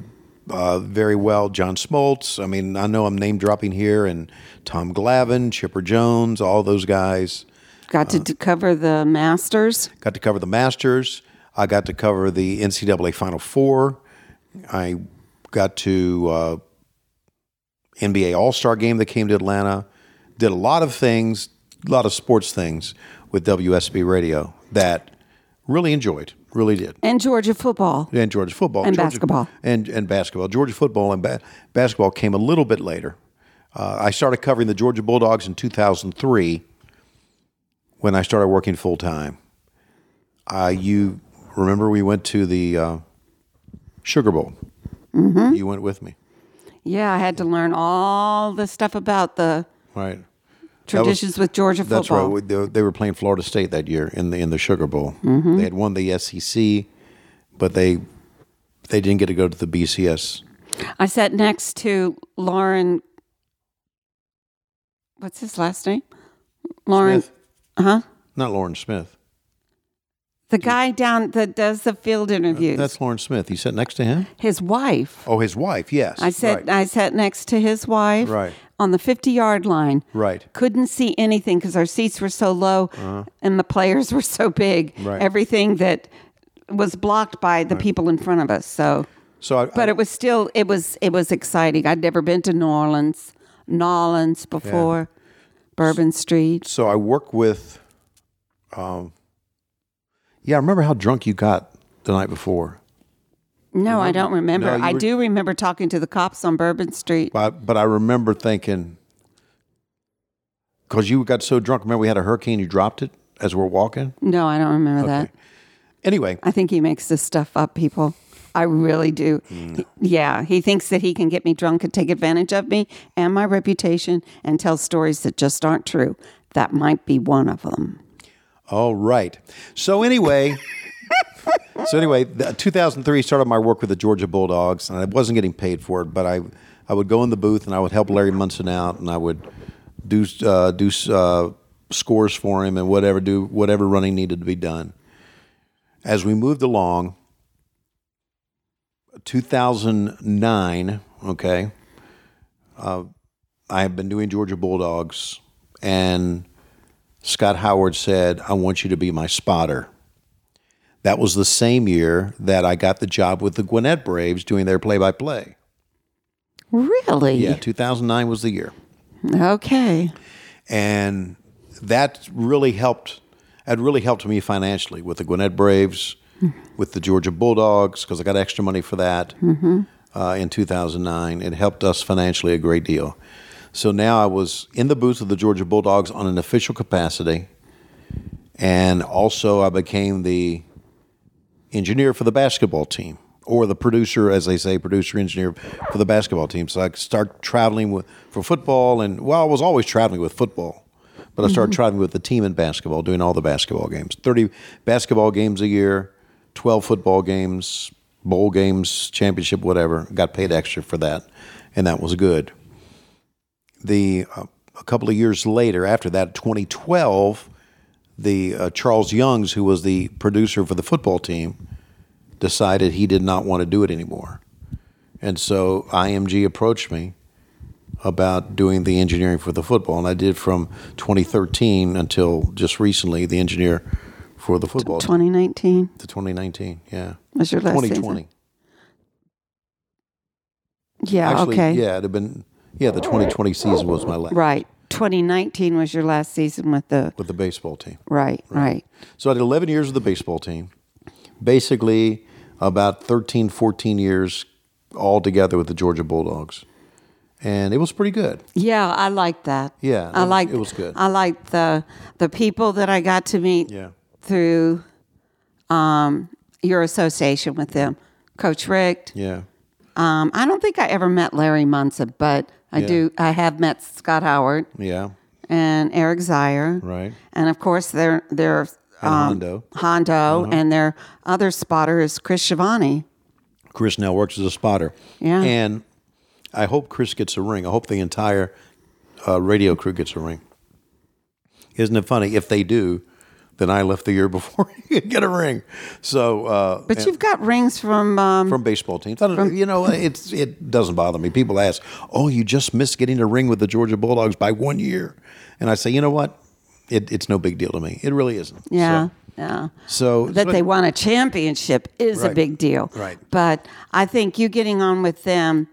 uh, very well John Smoltz. I mean, I know I'm name dropping here and Tom Glavin, Chipper Jones, all those guys. got uh, to, to cover the Masters. Got to cover the Masters. I got to cover the NCAA Final Four. I got to uh, NBA All Star game that came to Atlanta. Did a lot of things, a lot of sports things with WSB Radio that really enjoyed, really did. And Georgia football. And Georgia football And Georgia- basketball. and and basketball. Georgia football and ba- basketball came a little bit later. Uh, I started covering the Georgia Bulldogs in 2003 when I started working full time. Uh, you remember we went to the uh, Sugar Bowl. Mm-hmm. You went with me, Yeah, I had to learn all the stuff about the right? That was- traditions with Georgia football. That's right. We- They, they were playing Florida State that year in the in the Sugar Bowl. Mm-hmm. They had won the SEC, but they they didn't get to go to the BCS. I sat next to Lauren. What's his last name? Lauren, Smith. huh? Not Lauren Smith. The guy down that does the field interviews. Uh, That's Lauren Smith. You sat next to him? his wife. Oh, his wife, yes. I uh, sat. right. I sat next to his wife. Right. On the fifty-yard line. Right. Couldn't see anything because our seats were so low and the players were so big. Uh-huh. Right. Everything that was blocked by the people in front of us. So, So I, I- but it was still it was it was exciting. I'd never been to New Orleans, New Orleans before, Bourbon Street. so I work with. Um, yeah, I remember how drunk you got the night before. No, I don't remember. No, you I were- do remember talking to the cops on Bourbon Street. But but I remember thinking, because you got so drunk. Remember we had a hurricane. You dropped it as we're walking. No, I don't remember that. Anyway, I think he makes this stuff up, people. I really do. Mm. He- Yeah, he thinks that he can get me drunk and take advantage of me and my reputation and tell stories that just aren't true. That might be one of them. All right. So anyway, so anyway, the- 2003 started my work with the Georgia Bulldogs, and I wasn't getting paid for it, but I I would go in the booth and I would help Larry Munson out, and I would do uh, do uh, scores for him and whatever do whatever running needed to be done. As we moved along, 2009. Okay, uh, I have been doing Georgia Bulldogs and. Scott Howard said, I want you to be my spotter. That was the same year that I got the job with the Gwinnett Braves doing their play by play. Really? Yeah, 2009 was the year. Okay. And that really helped. That really helped me financially with the Gwinnett Braves, with the Georgia Bulldogs, because I got extra money for that uh, in 2009. It helped us financially a great deal. So now I was in the booth of the Georgia Bulldogs on an official capacity. And also, I became the engineer for the basketball team, or the producer, as they say, producer engineer for the basketball team. So I could start traveling with, for football, and well, I was always traveling with football, but I started traveling with the team in basketball, doing all the basketball games, thirty basketball games a year, twelve football games, bowl games, championship, whatever. Got paid extra for that, and that was good. The uh, a couple of years later, after that, 2012 the uh, Charles Youngs, who was the producer for the football team, decided he did not want to do it anymore, and so IMG approached me about doing the engineering for the football, and I did from 2013 until just recently the engineer for the football team 2019 to 2019. Yeah, was your last season. 2020. Yeah, Actually, okay. yeah, it had been yeah the 2020 season was my last Right. 2019 was your last season with the. with the baseball team. Right, right. So I did 11 years with the baseball team, basically about 13, 14 years all together with the Georgia Bulldogs. And it was pretty good. Yeah, I liked that. Yeah, it I was- liked it was good. I liked the the people that I got to meet Yeah. through um, your association with them, Coach Rick. Yeah. Um, I don't think I ever met Larry Munson, but I Yeah. do. I have met Scott Howard Yeah. and Eric Zier, Right. and of course their their And um, Hondo. Uh-huh. Hondo, and their other spotter is Chris Shivani. Chris now works as a spotter. Yeah. And I hope Chris gets a ring. I hope the entire uh, radio crew gets a ring. Isn't it funny? If they do, then I left the year before you could get a ring. So, uh, But you've got rings from um, from baseball teams. I don't, you know, it's it doesn't bother me. People ask, "Oh, you just missed getting a ring with the Georgia Bulldogs by one year," and I say, "You know what? It, it's no big deal to me. It really isn't." yeah, yeah. So, so that they won a championship is a Right. big deal. Right. But I think you getting on with them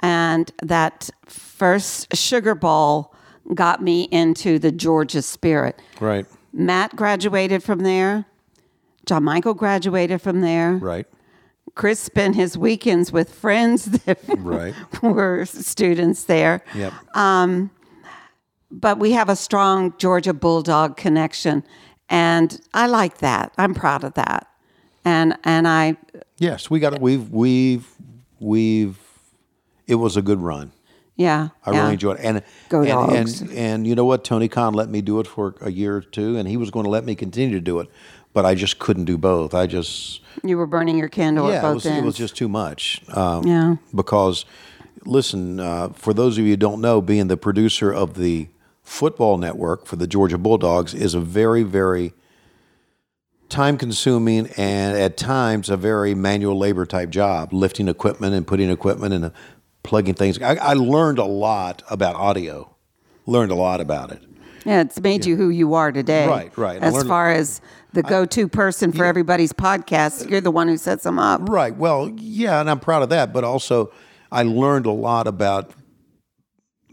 and that first Sugar Bowl got me into the Georgia spirit. right, Matt graduated from there. John Michael graduated from there. right, Chris spent his weekends with friends that right. were students there. Yep. But we have a strong Georgia Bulldog connection. And I like that. I'm proud of that. And and I yes, we got it. We've we've we've. It was a good run. Yeah. I yeah. really enjoyed it. And, Go and, Dogs. And, and you know what? Tony Khan let me do it for a year or two, and he was going to let me continue to do it, but I just couldn't do both. I just You were burning your candle at yeah, it both was, ends. it was just too much. Um, Yeah. Because, listen, uh, for those of you who don't know, being the producer of the football network for the Georgia Bulldogs is a very, very time consuming and at times a very manual labor type job, lifting equipment and putting equipment and uh, plugging things. I, I learned a lot about audio, learned a lot about it. yeah, it's made you who you are today. Right, right. I As learned- far as the go-to person for everybody's podcast. You're the one who sets them up. Right. Well, yeah, and I'm proud of that. But also, I learned a lot about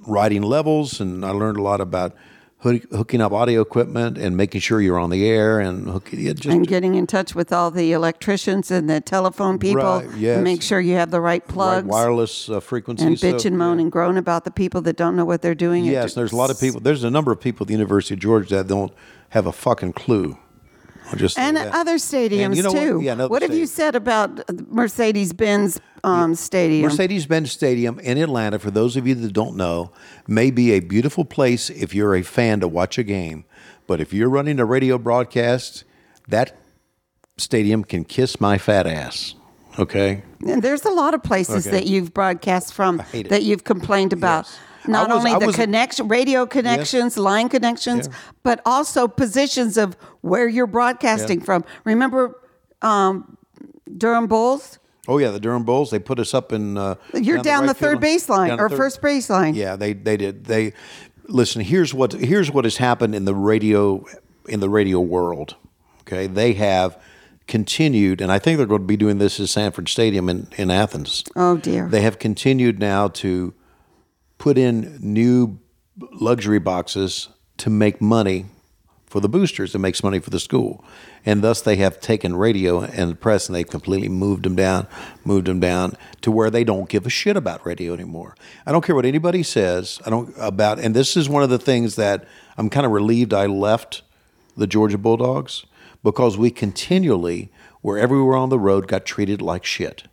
writing levels, and I learned a lot about hook, hooking up audio equipment and making sure you're on the air and hook, it just and getting in touch with all the electricians and the telephone people Right, yes. to make sure you have the right right, plugs wireless uh, frequencies and bitch So, and moan yeah. and groan about the people that don't know what they're doing. It Yes, ju- there's a lot of people. There's a number of people at the University of Georgia that don't have a fucking clue. I'll just say and that. other stadiums And you know what? too. Yeah, another what have you stadium. said about Mercedes Benz um, Stadium? Mercedes Benz Stadium in Atlanta, for those of you that don't know, may be a beautiful place if you're a fan to watch a game. But if you're running a radio broadcast, that stadium can kiss my fat ass. Okay? And there's a lot of places Okay. that you've broadcast from hate it. that you've complained about. Not I was- only I the was- connection, radio connections, line connections, but also positions of where you're broadcasting from. Remember um, Durham Bulls? Oh, yeah, the Durham Bulls, they put us up in. Uh, You're down, right the third field line- baseline down the or third- first baseline. Yeah, they, they did. They Listen, here's what, here's what has happened in the radio in the radio world. Okay? They have continued, and I think they're going to be doing this at Sanford Stadium in, in Athens. Oh dear. They have continued now to put in new luxury boxes to make money for the boosters that makes money for the school. And thus they have taken radio and the press and they've completely moved them down, moved them down to where they don't give a shit about radio anymore. I don't care what anybody says. I don't about and this is one of the things that I'm kind of relieved I left the Georgia Bulldogs because we continually wherever we were on the road got treated like shit.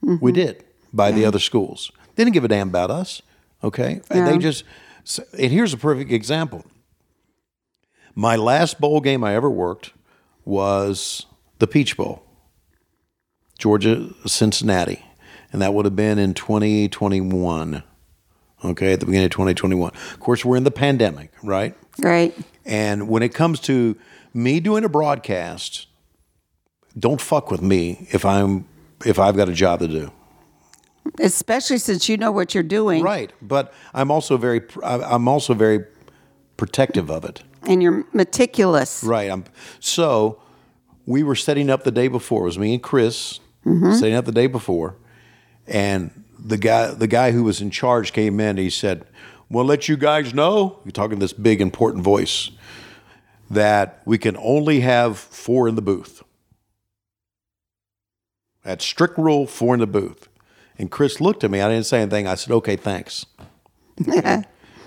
We did by the other schools. They didn't give a damn about us. Okay. And they Yeah. just, so- and here's a perfect example. My last bowl game I ever worked was the Peach Bowl, Georgia, Cincinnati. And that would have been in 2021. Okay. At the beginning of 2021. Of course, we're in the pandemic, right? right. And when it comes to me doing a broadcast, don't fuck with me if I'm if I've got a job to do. Especially since you know what you're doing. Right, but I'm also very pr- I- I'm also very protective of it. And you're meticulous. Right. I'm so we were setting up the day before. It was me and Chris setting up the day before, and the guy the guy who was in charge came in. he said, "We'll let you guys know." You're talking this big important voice that we can only have four in the booth. That's strict rule, four in the booth. And Chris looked at me. I didn't say anything. I said, "Okay, thanks."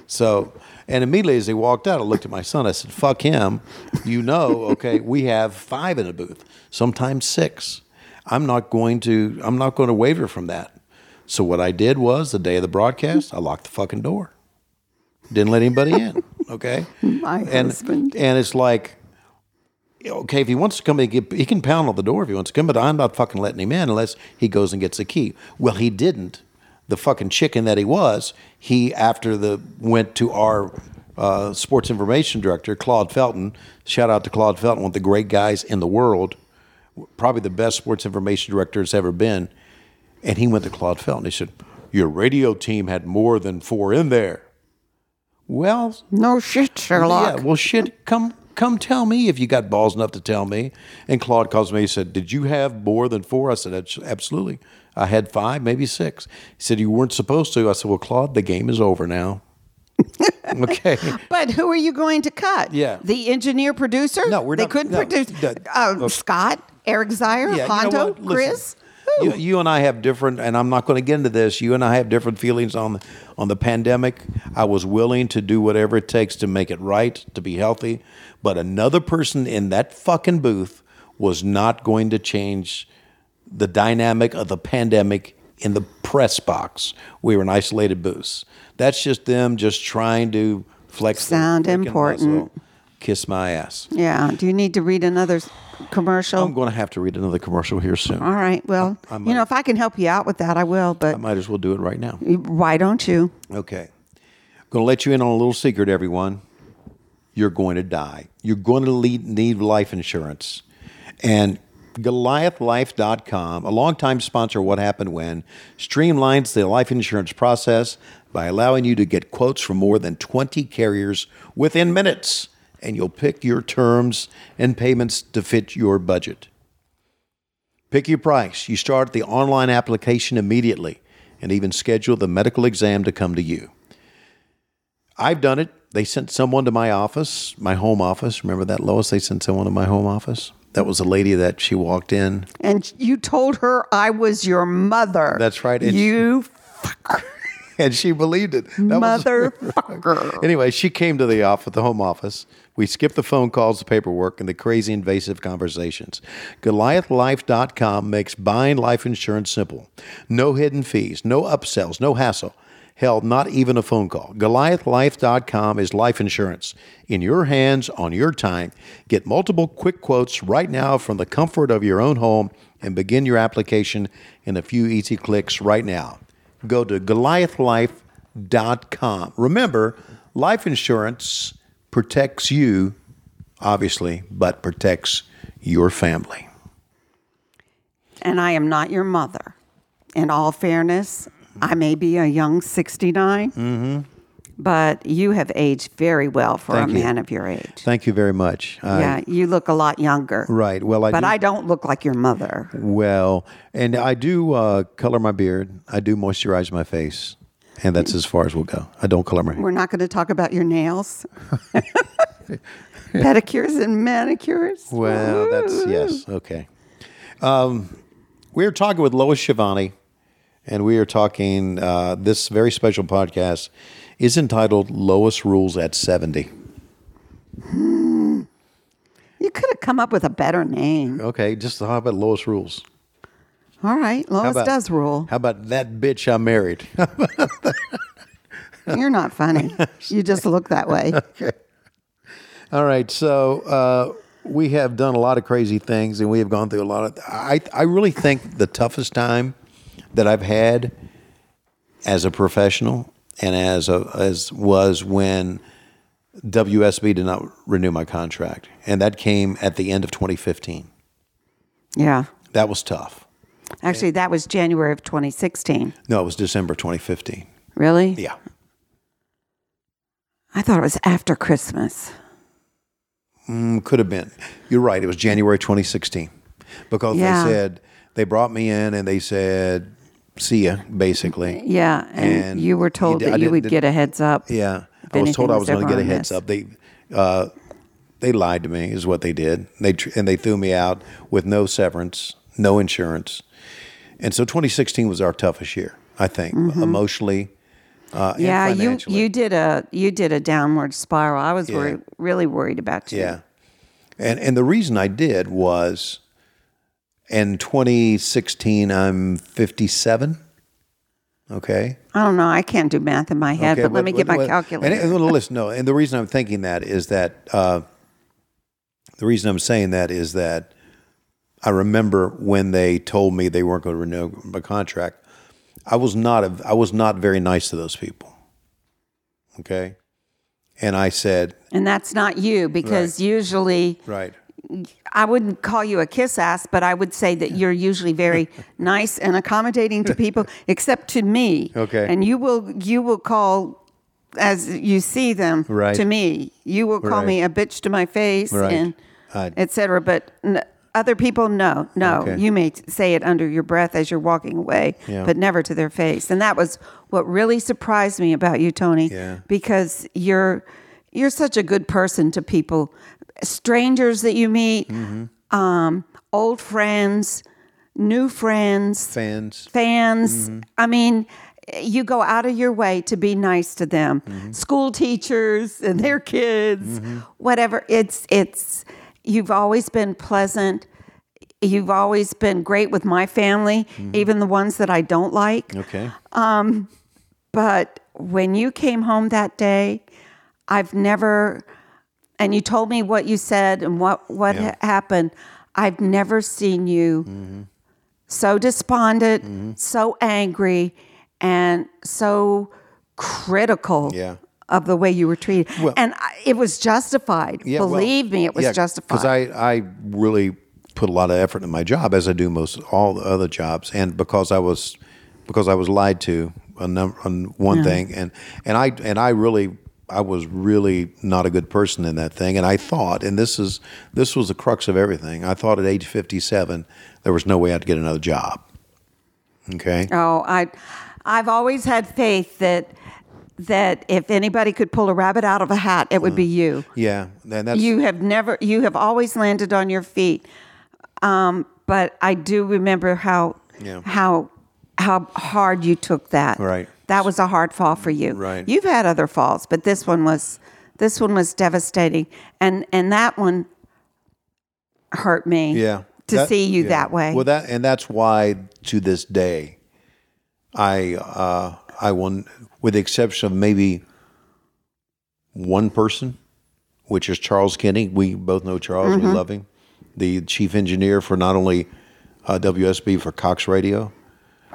So, and immediately as he walked out, I looked at my son. I said, "Fuck him." You know, okay, we have five in a booth, sometimes six. I'm not going to. I'm not going to waver from that. So what I did was the day of the broadcast, I locked the fucking door. Didn't let anybody in. Okay. My and husband. and it's like. Okay, if he wants to come and get, he can pound on the door if he wants to come, but I'm not fucking letting him in unless he goes and gets a key. Well, he didn't. The fucking chicken that he was, he after the went to our uh, sports information director, Claude Felton. Shout out to Claude Felton, one of the great guys in the world, probably the best sports information director that's ever been. And he went to Claude Felton. He said, "Your radio team had more than four in there." Well, No shit, Sherlock. yeah, well, shit, come come tell me if you got balls enough to tell me. And Claude calls me. He said, "Did you have more than four? I said, "Abs- "Absolutely, I had five, maybe six. He said, "You weren't supposed to." I said, "Well, Claude, the game is over now." okay. But who are you going to cut? Yeah. The engineer producer? No, we're they not- couldn't no, produce that- uh, look. Scott, Eric Zier, you know Hondo, what? Listen, Chris. You, you and I have different, and I'm not going to get into this. You and I have different feelings on on the pandemic. I was willing to do whatever it takes to make it right, to be healthy, but another person in that fucking booth was not going to change the dynamic of the pandemic in the press box. We were in isolated booths. That's just them just trying to flex. their Sound freaking important. muscle. Kiss my ass. Yeah. Do you need to read another s- commercial? I'm going to have to read another commercial here soon. All right. Well, you know, if I can help you out with that, I will. I But might as well do it right now. why don't you? Okay. going to let you in on a little secret, everyone. You're going to die. You're going to lead, need life insurance. And GoliathLife.com, a longtime sponsor of What Happened When, streamlines the life insurance process by allowing you to get quotes from more than 20 carriers within minutes. and you'll pick your terms and payments to fit your budget. Pick your price. You start the online application immediately and even schedule the medical exam to come to you. I've done it. They sent someone to my office, my home office. Remember that, Lois? They sent someone to my home office. That was a lady that she walked in. And you told her I was your mother. That's right. And- you and she believed it. That was- motherfucker. anyway, she came to the office, the home office. We skipped the phone calls, the paperwork, and the crazy invasive conversations. GoliathLife.com makes buying life insurance simple. No hidden fees, no upsells, no hassle. Hell, not even a phone call. GoliathLife.com is life insurance in your hands on your time. Get multiple quick quotes right now from the comfort of your own home and begin your application in a few easy clicks right now go to goliathlife.com. Remember, life insurance protects you, obviously, but protects your family. and I am not your mother. In all fairness, I may be a young 69, but you have aged very well for Mm-hmm. Thank a you. man of your age. Thank you very much. Uh, yeah, you look a lot younger. Right. Well, I But do, I don't look like your mother. well, and I do uh, color my beard. I do moisturize my face, and that's as far as we'll go. I don't color my hair. We're not going to talk about your nails, pedicures, and manicures. Well, that's yes. Okay. Um, we are talking with Lois Shivani, and we are talking. Uh, this very special podcast is entitled "Lois Rules at 70. You could have come up with a better name. Okay, just how about Lois Rules? All right, How Lois about- does rule. How about that bitch I married? You're not funny. you just look that way. All right, so uh, we have done a lot of crazy things, and we have gone through a lot of. I I really think the toughest time that I've had as a professional and as a as was when WSB did not renew my contract, and that came at the end of 2015. Yeah. That was tough. Actually, that was January of 2016. No, it was December 2015. Really? Yeah, I thought it was after Christmas. Mm, could have been. You're right. It was January 2016 because Yeah. they said they brought me in and they said, "See ya," basically. Yeah, and, And you were told you d- I that you didn't- would didn't- get a heads up. Yeah, if I was told anything I was going to ever get a on heads this. up. They uh, they lied to me, is what they did. They tr- and they threw me out with no severance, no insurance, and so 2016 was our toughest year, I think, emotionally. Uh, and Mm-hmm. Yeah, you financially. you did a you did a downward spiral. I was Yeah. worried, really worried about you. Yeah. And and the reason I did was in 2016 I'm 57. Okay. I don't know. I can't do math in my head, okay, but let what- me get what- my what- calculator. And, and listen, no, and the reason I'm thinking that is that uh, the reason I'm saying that is that I remember when they told me they weren't going to renew my contract. I was not a, I was not very nice to those people. Okay. And I said, and that's not you because usually right. I wouldn't call you a kiss ass, but I would say that you're usually very nice and accommodating to people, except to me. Okay. And you will you will call as you see them Right. to me. You will call me a bitch to my face Right. and I- etc. But n- other people, no, no. Okay. You may t- say it under your breath as you're walking away, Yeah. but never to their face. And that was what really surprised me about you, Tony, Yeah. because you're you're such a good person to people, strangers that you meet, Mm-hmm. um, old friends, new friends, Fans. fans. I mean. You go out of your way to be nice to them, school teachers and their kids, whatever. It's it's you've always been pleasant. You've always been great with my family, even the ones that I don't like. Okay. But when you came home that day, I've never, and you told me what you said and what what ha- happened. I've never seen you Mm-hmm. so despondent, so angry, and so critical Yeah. of the way you were treated. and I, it was justified. well, Believe me, it was yeah, justified. Because I, I really put a lot of effort in my job, as I do most all the other jobs, and because I was because I was lied to on, num- on one thing, and and I and I really I was really not a good person in that thing, and I thought, and this is this was the crux of everything. I thought at age fifty-seven there was no way I'd get another job. Okay, Oh, I, I've always had faith that that if anybody could pull a rabbit out of a hat, it Mm. would be you. yeah, and that's you have never, you have always landed on your feet. Um, but I do remember how Yeah. how how hard you took that. Right. That was a hard fall for you. Right. You've had other falls, but this one was this one was devastating, and and that one hurt me. yeah To That- see you yeah. that way. Well, that and that's why to this day, I uh, I won with the exception of maybe one person, which is Charles Kenny. We both know Charles. Mm-hmm. We love him. The chief engineer for not only uh, WSB for Cox Radio.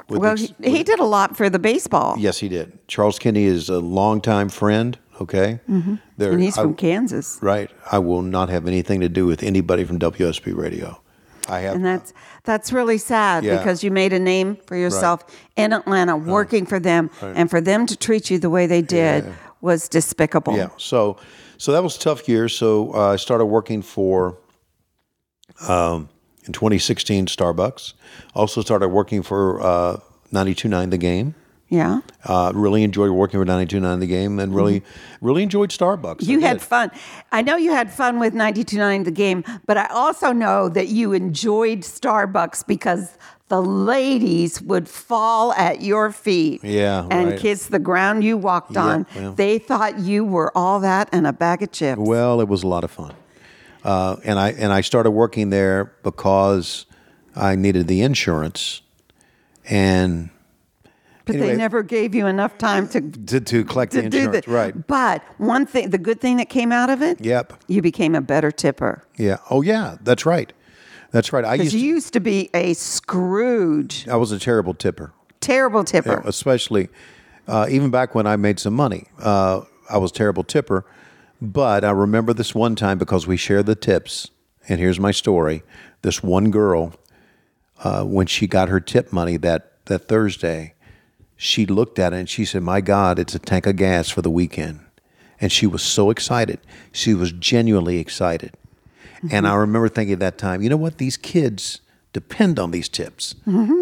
With the well, ex- he, he did a lot for the baseball. Yes, he did. Charles Kenny is a longtime friend. Okay, There- Mm-hmm. And he's I- from Kansas. right. I will not have anything to do with anybody from WSB Radio. I have. And that's that's really sad Yeah. because you made a name for yourself in Atlanta working for them and for them to treat you the way they did was despicable. Yeah. Um, So, so that was a tough year. So uh, I started working for, um, in 2016, Starbucks. Also started working for uh, 92.9 The Game. Yeah. Uh, really enjoyed working for 92.9 The Game, and really, really enjoyed Starbucks. Mm-hmm. You I had did. fun. I know you had fun with 92.9 the game, but I also know that you enjoyed Starbucks because the ladies would fall at your feet Yeah, and right. kiss the ground you walked Yeah, on. well. They thought you were all that and a bag of chips. Well, it was a lot of fun, uh, and I and I started working there because I needed the insurance, and but anyway. they never gave you enough time to to, to collect the to do insurance. that. Right. But one thing, the good thing that came out of it, Yep. you became a better tipper. Yeah. Oh, yeah. That's right. That's right. I used Because to- you used to be a Scrooge, I was a terrible tipper, terrible tipper. e, especially uh, even back when I made some money. Uh, I was a terrible tipper, but I remember this one time because we shared the tips. And here's my story: this one girl, uh, when she got her tip money that that Thursday, she looked at it and she said, "My God, it's a tank of gas for the weekend." And she was so excited; she was genuinely excited. And I remember thinking at that time, you know what? These kids depend on these tips.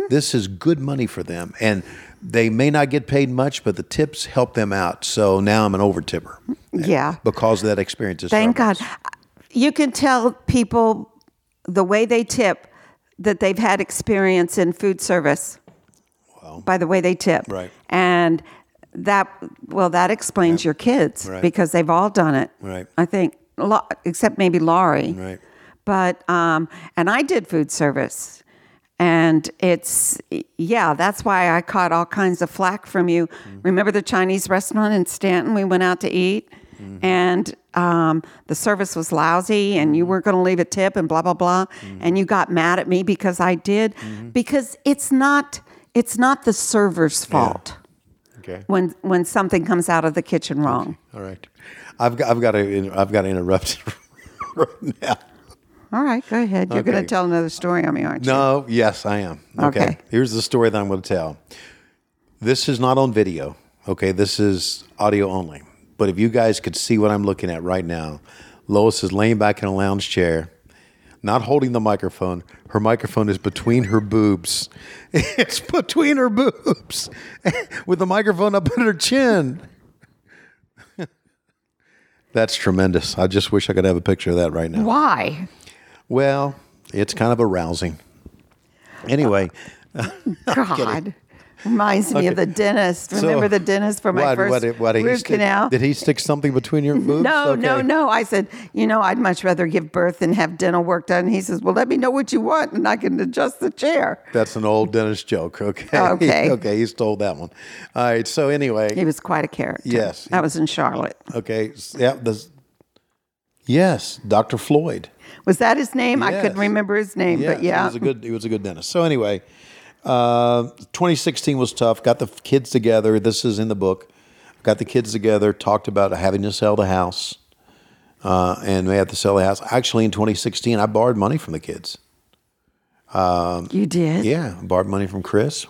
This is good money for them. And they may not get paid much, but the tips help them out. So now I'm an over tipper yeah. because of that experience. at Thank God. Starbucks. You can tell people the way they tip that they've had experience in food service by the way they tip. Right. And that, well, that explains your kids Right. because they've all done it. Right. I think, Lo- except maybe Laurie. Right. But, um, and I did food service. And it's, yeah, that's why I caught all kinds of flack from you. Mm-hmm. Remember the Chinese restaurant in Stanton? We went out to eat Mm-hmm. and um, the service was lousy and Mm-hmm. you weren't going to leave a tip and blah, blah, blah. And you got mad at me because I did, Mm-hmm. because it's not, it's not the server's fault. Okay. When, when something comes out of the kitchen wrong. All right. I've got, I've got to, I've got to interrupt right now. All right, go ahead. You're going Okay. to tell another story on me, aren't you? No, yes, I am. Okay. Okay. Here's the story that I'm going to tell. This is not on video. Okay. This is audio only. But if you guys could see what I'm looking at right now, Lois is laying back in a lounge chair, not holding the microphone. Her microphone is between her boobs. It's between her boobs with the microphone up at her chin. That's tremendous. I just wish I could have a picture of that right now. Why? Well, it's kind of arousing. Anyway, God. Reminds me of the dentist. Remember the dentist for my what, first what, what, he root stick- canal? Did he stick something between your boobs? no, no, Okay. no. I said, you know, I'd much rather give birth than have dental work done. He says, well, let me know what you want and I can adjust the chair. That's an old dentist joke. Okay. Oh, Okay. okay. He stole that one. All right. So He Oh. anyway, was quite a character. Yes. That was in Charlotte. okay. s- Yeah. The, yes, Dr. Floyd. Was that his name? I Yes. couldn't remember his name, but yeah. he was a good. He was a good dentist. So anyway, uh, 2016 was tough. Got the f- kids together. This is in the book. Got the kids together. Talked about having to sell the house, uh, and we had to sell the house. Actually, in 2016, I borrowed money from the kids. you did? Yeah, I borrowed money from Chris.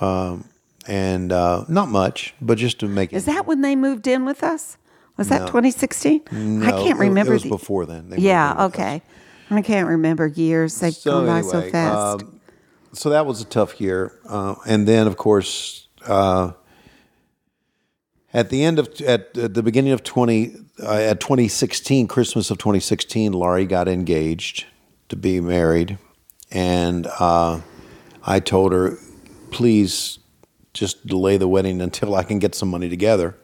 Um, and uh, not much, but just to make it. Is that when they moved in with us? Was that No. 2016? I No, can't it- remember. It was the- before then. They moved in Yeah, with us. okay. I can't remember years. They've gone by so anyway, fast. um, so that was a tough year, uh, and then of course, uh, at the end of at, at the beginning of twenty uh, at twenty sixteen Christmas of twenty sixteen, Laurie got engaged to be married, and uh, I told her, please just delay the wedding until I can get some money together.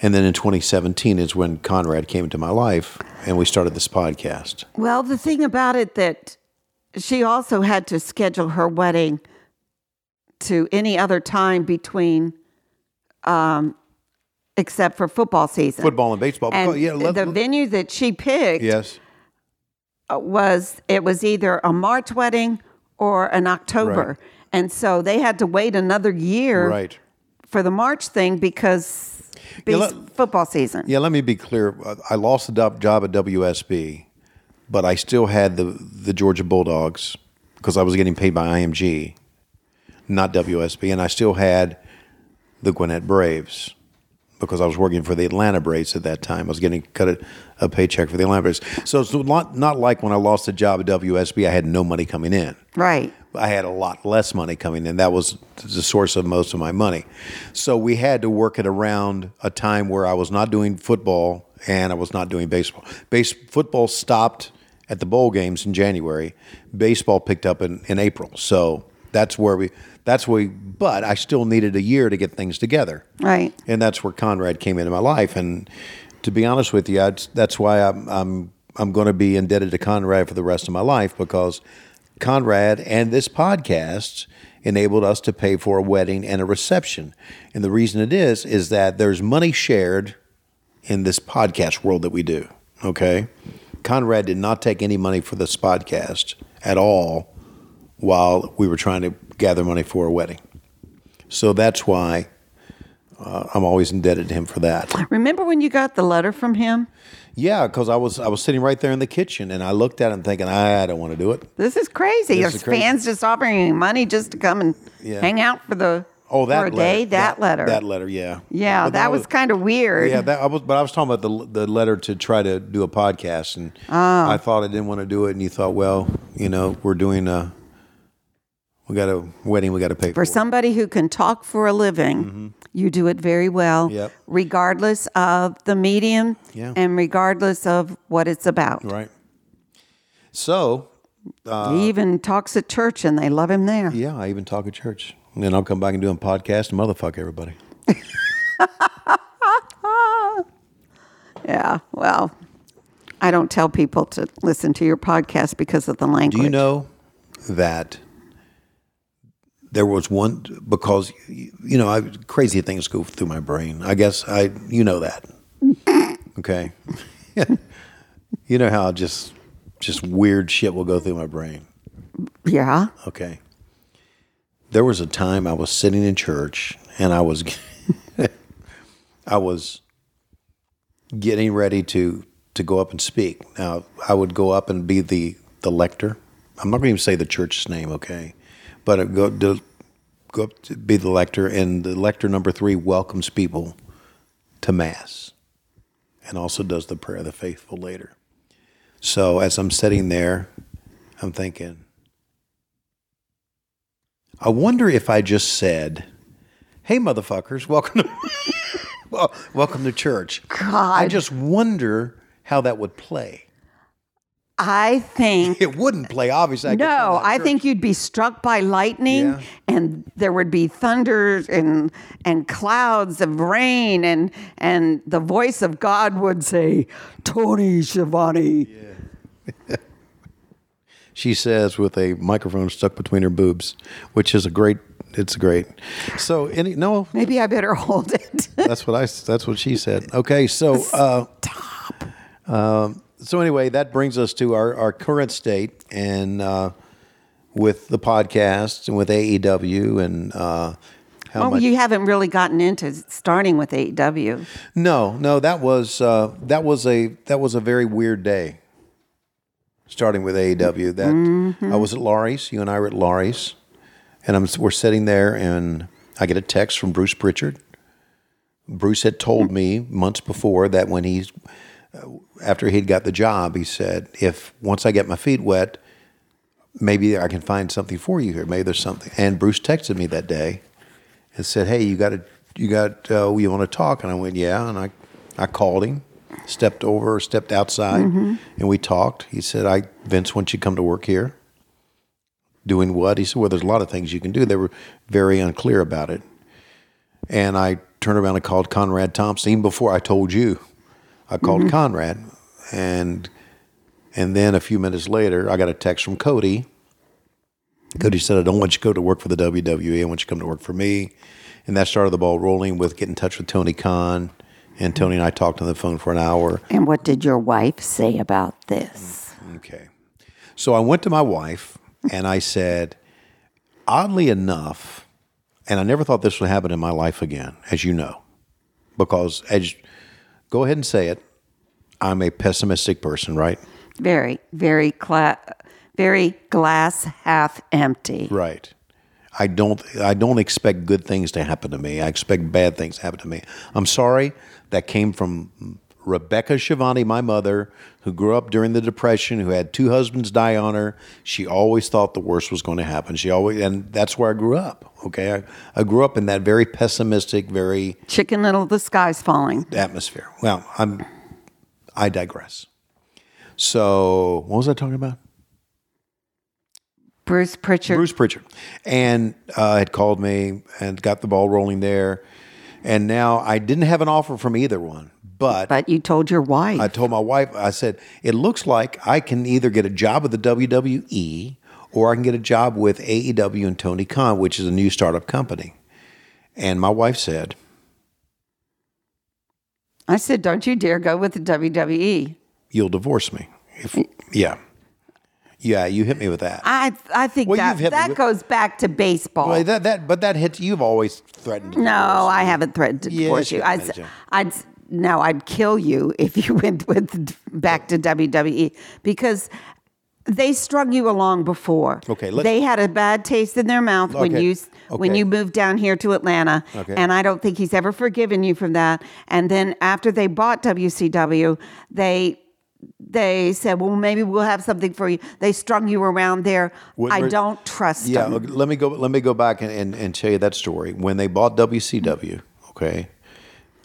And then in 2017 is when Conrad came into my life and we started this podcast. well, the thing about it that she also had to schedule her wedding to any other time between, um, except for football season. Football and baseball. And yeah, let- the venue that she picked Yes. uh, was it was either a March wedding or an October, and so they had to wait another year Right. for the March thing because Yeah, base- let- football season. Yeah, let me be clear. I lost the do- job at WSB, but I still had the the Georgia Bulldogs because I was getting paid by IMG, not WSB, and I still had the Gwinnett Braves because I was working for the Atlanta Braves at that time. I was getting cut a, a paycheck for the Atlanta Braves, so it's not not like when I lost the job at WSB, I had no money coming in. Right. I had a lot less money coming in. That was the source of most of my money. So we had to work it around a time where I was not doing football and I was not doing baseball. Base football stopped at the bowl games in January. Baseball picked up in, in April. So that's where we that's where we but I still needed a year to get things together. Right. And that's where Conrad came into my life. And to be honest with you, I, that's why I'm I'm I'm going to be indebted to Conrad for the rest of my life because Conrad and this podcast enabled us to pay for a wedding and a reception. And the reason it is is that there's money shared in this podcast world that we do. Okay, Conrad did not take any money for this podcast at all while we were trying to gather money for a wedding. So that's why uh, I'm always indebted to him for that. Remember when you got the letter from him? Yeah, because I was I was sitting right there in the kitchen and I looked at him thinking I don't want to do it. This is crazy. This There's is crazy. fans just offering you money just to come and Yeah. hang out for the Oh, that for a letter, day. That, letter. That letter. Yeah. Yeah, But that was kind of weird. Yeah, that I was, but I was talking about the the letter to try to do a podcast, and Oh. I thought I didn't want to do it, and you thought, well, you know, we're doing a, we got a wedding, we got to pay for it. somebody who can talk for a living, you do it very well, Mm-hmm. Yep. regardless of the medium Yeah. and regardless of what it's about. right? So he even talks at church and they love him there. yeah, I even talk at church, and then I'll come back and do a podcast and motherfuck everybody. Yeah, well, I don't tell people to listen to your podcast because of the language. Do you know that there was one because you know I crazy things go through my brain. I guess I you know that. Okay. you know how just just weird shit will go through my brain. Yeah. Okay. There was a time I was sitting in church and I was I was getting ready to to go up and speak. Now I would go up and be the the lector. I'm not going to even say the church's name, okay? But I'd go to, go up to be the lector, and the lector number three welcomes people to mass, and also does the prayer of the faithful later. So as I'm sitting there, I'm thinking, I wonder if I just said, "Hey, motherfuckers, welcome to well, welcome to church." I God, just wonder how that would play. I think It wouldn't play, obviously. I could No, tell that. I think you'd be struck by lightning, Yeah. and there would be thunder and and clouds of rain, and and the voice of God would say, "Tony Schiavone." she says with a microphone stuck between her boobs, which is a great. It's great. So any no, Maybe I better hold it. that's what I. That's what she said. Okay, so uh, um, so anyway, that brings us to our our current state and uh, with the podcast and with AEW and uh, how well, much. Oh, you haven't really gotten into starting with AEW. No, no, that was uh, that was a that was a very weird day. Starting with E AEW, that I was at Laurie's. You and I were at Laurie's, and I'm we're sitting there, and I get a text from Bruce Pritchard. Bruce had told me months before that when he's after he'd got the job, he said, "If once I get my feet wet, maybe I can find something for you here. Maybe there's something." And Bruce texted me that day and said, "Hey, you got to you got uh, you want to talk?" And I went, "Yeah." And I I called him, stepped over, stepped outside, and we talked. He said, "I Vince, won't you come to work here?" Doing what? He said, "Well, there's a lot of things you can do." They were very unclear about it, and I turned around and called Conrad Thompson even before I told you. I called Conrad, and and then a few minutes later, I got a text from Cody. Cody said, "I don't want you to go to work for the WWE. I want you to come to work for me," and that started the ball rolling with get in touch with Tony Khan. And Tony and I talked on the phone for an hour. And what did your wife say about this? Okay. So I went to my wife and I said, oddly enough, and I never thought this would happen in my life again, as you know, because as go ahead and say it, I'm a pessimistic person, right? Very, very, cla- very glass half empty. Right. I don't I don't expect good things to happen to me. I expect bad things to happen to me. I'm sorry that came from Rebecca Shivani, my mother, who grew up during the depression, who had two husbands die on her. She always thought the worst was going to happen. She always and that's where I grew up. Okay? I, I grew up in that very pessimistic, very Chicken Little, the sky's falling. atmosphere. Well, I'm I digress. So, what was I talking about? Bruce Pritchard. Bruce Pritchard, and uh, had called me and got the ball rolling there. And now I didn't have an offer from either one, but, But you told your wife. I told my wife, I said, it looks like I can either get a job with the WWE or I can get a job with AEW and Tony Khan, which is a new startup company. And my wife said, I said, don't you dare go with the E." WWE. "You'll divorce me." If yeah, yeah, you hit me with that. I, I think Well, you've that, hit me that with- goes back to baseball. Well, that that but that hits. You've always threatened. to No, divorce I me. haven't threatened to Yes, divorce you. you I'd, have, Jen. I'd, no, I'd kill you if you went with back to WWE because they strung you along before. Okay, let's- they had a bad taste in their mouth when Okay, you when okay. you moved down here to Atlanta, Okay. and I don't think he's ever forgiven you from that. And then after they bought WCW, they. They said, "Well, maybe we'll have something for you." They strung you around there. What- I what- don't trust Yeah, them. look, let me go. Let me go back and, and, and tell you that story when they bought WCW. Okay,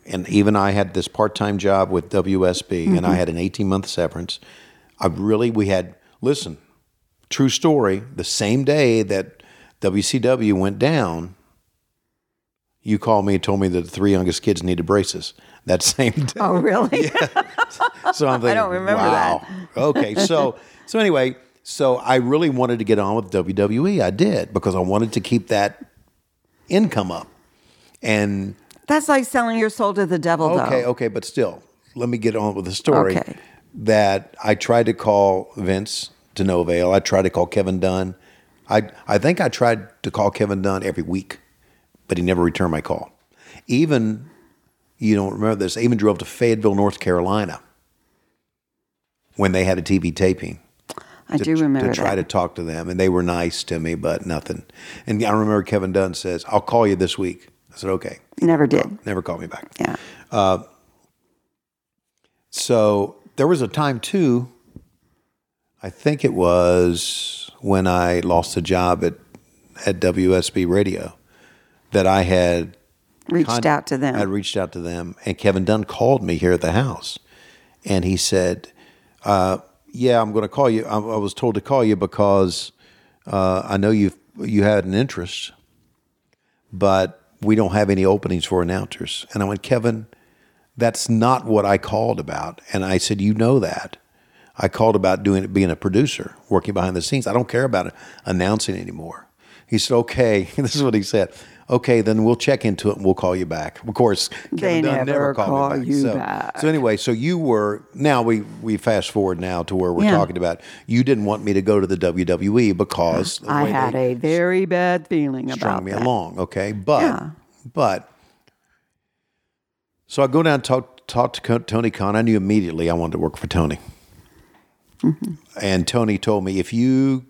and even I had this part-time job with WSB, and I had an eighteen-month severance. I really we had listen, true story. The same day that WCW went down, you called me and told me that the three youngest kids needed braces. That same day. Oh, really? So I'm thinking, don't remember wow. Okay, so so anyway, so I really wanted to get on with WWE. I did because I wanted to keep that income up. And That's like selling your soul to the devil, though. okay, oh, okay, but still, let me get on with the story. Okay. That I tried to call Vince to no avail. I tried to call Kevin Dunn. I I think I tried to call Kevin Dunn every week, but he never returned my call. Even you don't remember this. I even drove to Fayetteville, North Carolina, when they had a TV taping I to, do to remember try to that. talk to them, and they were nice to me, but nothing. And I remember Kevin Dunn says, "I'll call you this week." I said, "Okay." Never did. Never called me back. Uh, Yeah. So there was a time too. I think it was when I lost a job at at WSB Radio that I had Reached con- out to them. I reached out to them, and Kevin Dunn called me here at the house, and he said, uh, "Yeah, I'm going to call you. I, I was told to call you because uh, I know you you had an interest, but we don't have any openings for announcers." And I went, "Kevin, that's not what I called about," and I said, "You know that." I called about doing it, being a producer, working behind the scenes. I don't care about announcing anymore. He said, "Okay." This is what he said. Okay, then we'll check into it and we'll call you back. Of course, Kevin They Dunn never called me call you so, back. So anyway, so you were now we we fast forward now to where we're Yeah. talking about. You didn't want me to go to the WWE because of the I way had they a very bad feeling strung about me that. along. Okay, but Yeah. but so I go down and talk talk to Co- Tony Khan. I knew immediately I wanted to work for Tony, Mm-hmm. and Tony told me if you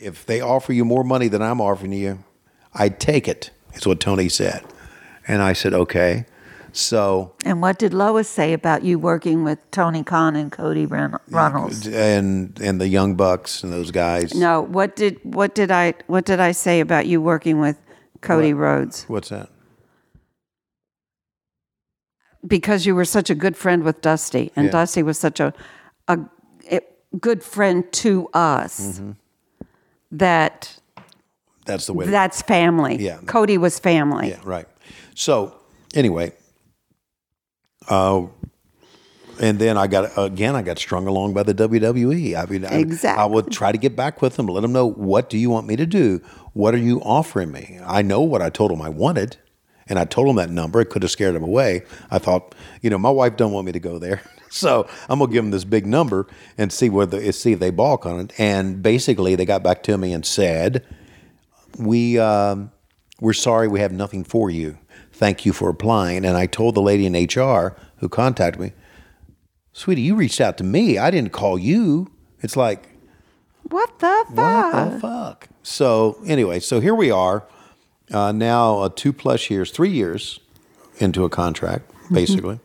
if they offer you more money than I'm offering you, I'd take it. is what Tony said. And I said, okay. So, And what did Lois say about you working with Tony Khan and Cody Ren- Reynolds? and and the young bucks and those guys. No, what did what did I what did I say about you working with Cody What? Rhodes? What's that? Because you were such a good friend with Dusty, and Yeah. Dusty was such a a, a good friend to us that That's the Mm-hmm. way. to- that's family. Yeah. Cody was family. Yeah, right. So anyway, uh, and then I got again. I got strung along by the WWE. I mean, I- I, Exactly. would try to get back with them, let them know what do you want me to do? What are you offering me? I know what I told them I wanted, and I told them that number. It could have scared them away. I thought, you know, my wife don't want me to go there, so I'm gonna give them this big number and see whether see if they balk on it. And basically, they got back to me and said, we um, we're sorry we have nothing for you thank you for applying and i told the lady in hr who contacted me sweetie you reached out to me i didn't call you it's like What the fuck? What the fuck? so anyway so here we are uh, now uh, two plus years three years into a contract Mm-hmm. basically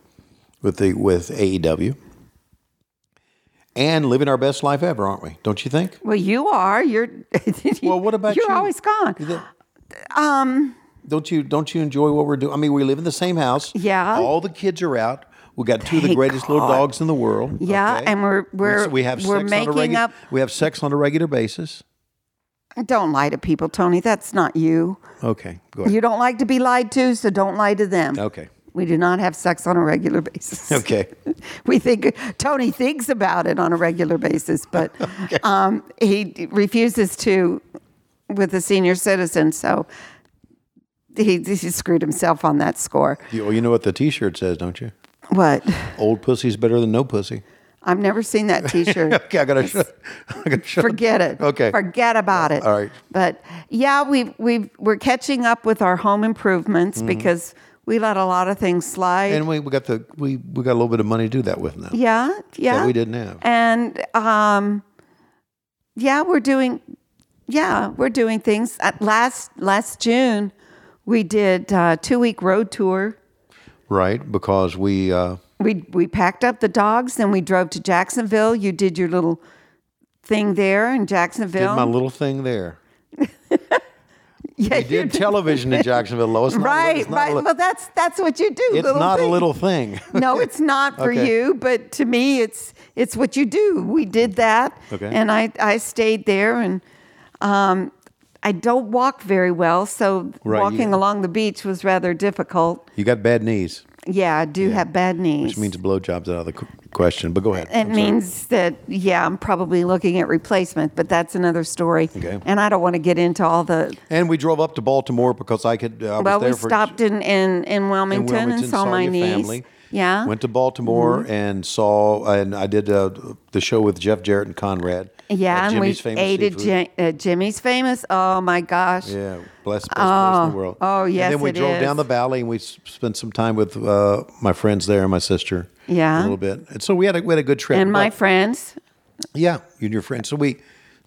with the with aew and living our best life ever aren't we don't you think Well, you are. You're. well, what about you're you? always gone. Um. Don't you don't you enjoy what we're doing? I mean, we live in the same house. Yeah. All the kids are out. We got two of the Thank greatest little God. dogs in the world. Yeah, and we're we're So we have we're sex making on a regu- up. We have sex on a regular basis. Don't lie to people, Tony. That's not you. Okay, go ahead. You don't like to be lied to, so don't lie to them. okay, We do not have sex on a regular basis. okay. We think Tony thinks about it on a regular basis, but um, he refuses to with a senior citizen. So he, he screwed himself on that score. You, well, you know what the T-shirt says, don't you? What? Old pussy's better than no pussy. I've never seen that T-shirt. okay, I gotta. Shut, I gotta shut. Forget it. Okay. Forget about it. All right. But yeah, we we we're catching up with our home improvements Mhm. because we let a lot of things slide. And we, we got the we, we got a little bit of money to do that with now. yeah, yeah. That we didn't have. And um, yeah, we're doing yeah we're doing things. At last last June, we did uh, two week road tour. Right, because we. Uh, We we packed up the dogs, then we drove to Jacksonville. You did your little thing there in Jacksonville. Did my little thing there. Yeah, we did television in Jacksonville, Lois. Not a little- right, it's not a right. little- well, that's that's what you do. it's not thing. a little thing. No, it's not for Okay. you, but to me, it's it's what you do. We did that, Okay. and I I stayed there, and um, I don't walk very well, so Right, you- walking along the beach was rather difficult. You got bad knees, Yeah, I do have bad knees. which means blowjobs out of the qu- question. But go ahead. It means that, yeah, I'm probably looking at replacement, but that's another story. Okay. And I don't want to get into all the. And we drove up to Baltimore because I could. Uh, I well, was there we for, stopped in, in, in, Wilmington Wilmington, and saw saw my your niece. family. Yeah. Mm-hmm. Went to Baltimore and saw, and I did uh, the show with Jeff Jarrett and Conrad. Yeah, at and we Jimmy's Famous ate at, Seafood. Jim, at Jimmy's Famous. Oh my gosh! Yeah, blessed, best place in Oh, the world. oh, yes, And then we it drove down is. the valley and we s- spent some time with uh, my friends there and my sister. Yeah. a little bit. And so we had a, we had a good trip. Uh-huh. and my But- friends, yeah, you and your friends. So we,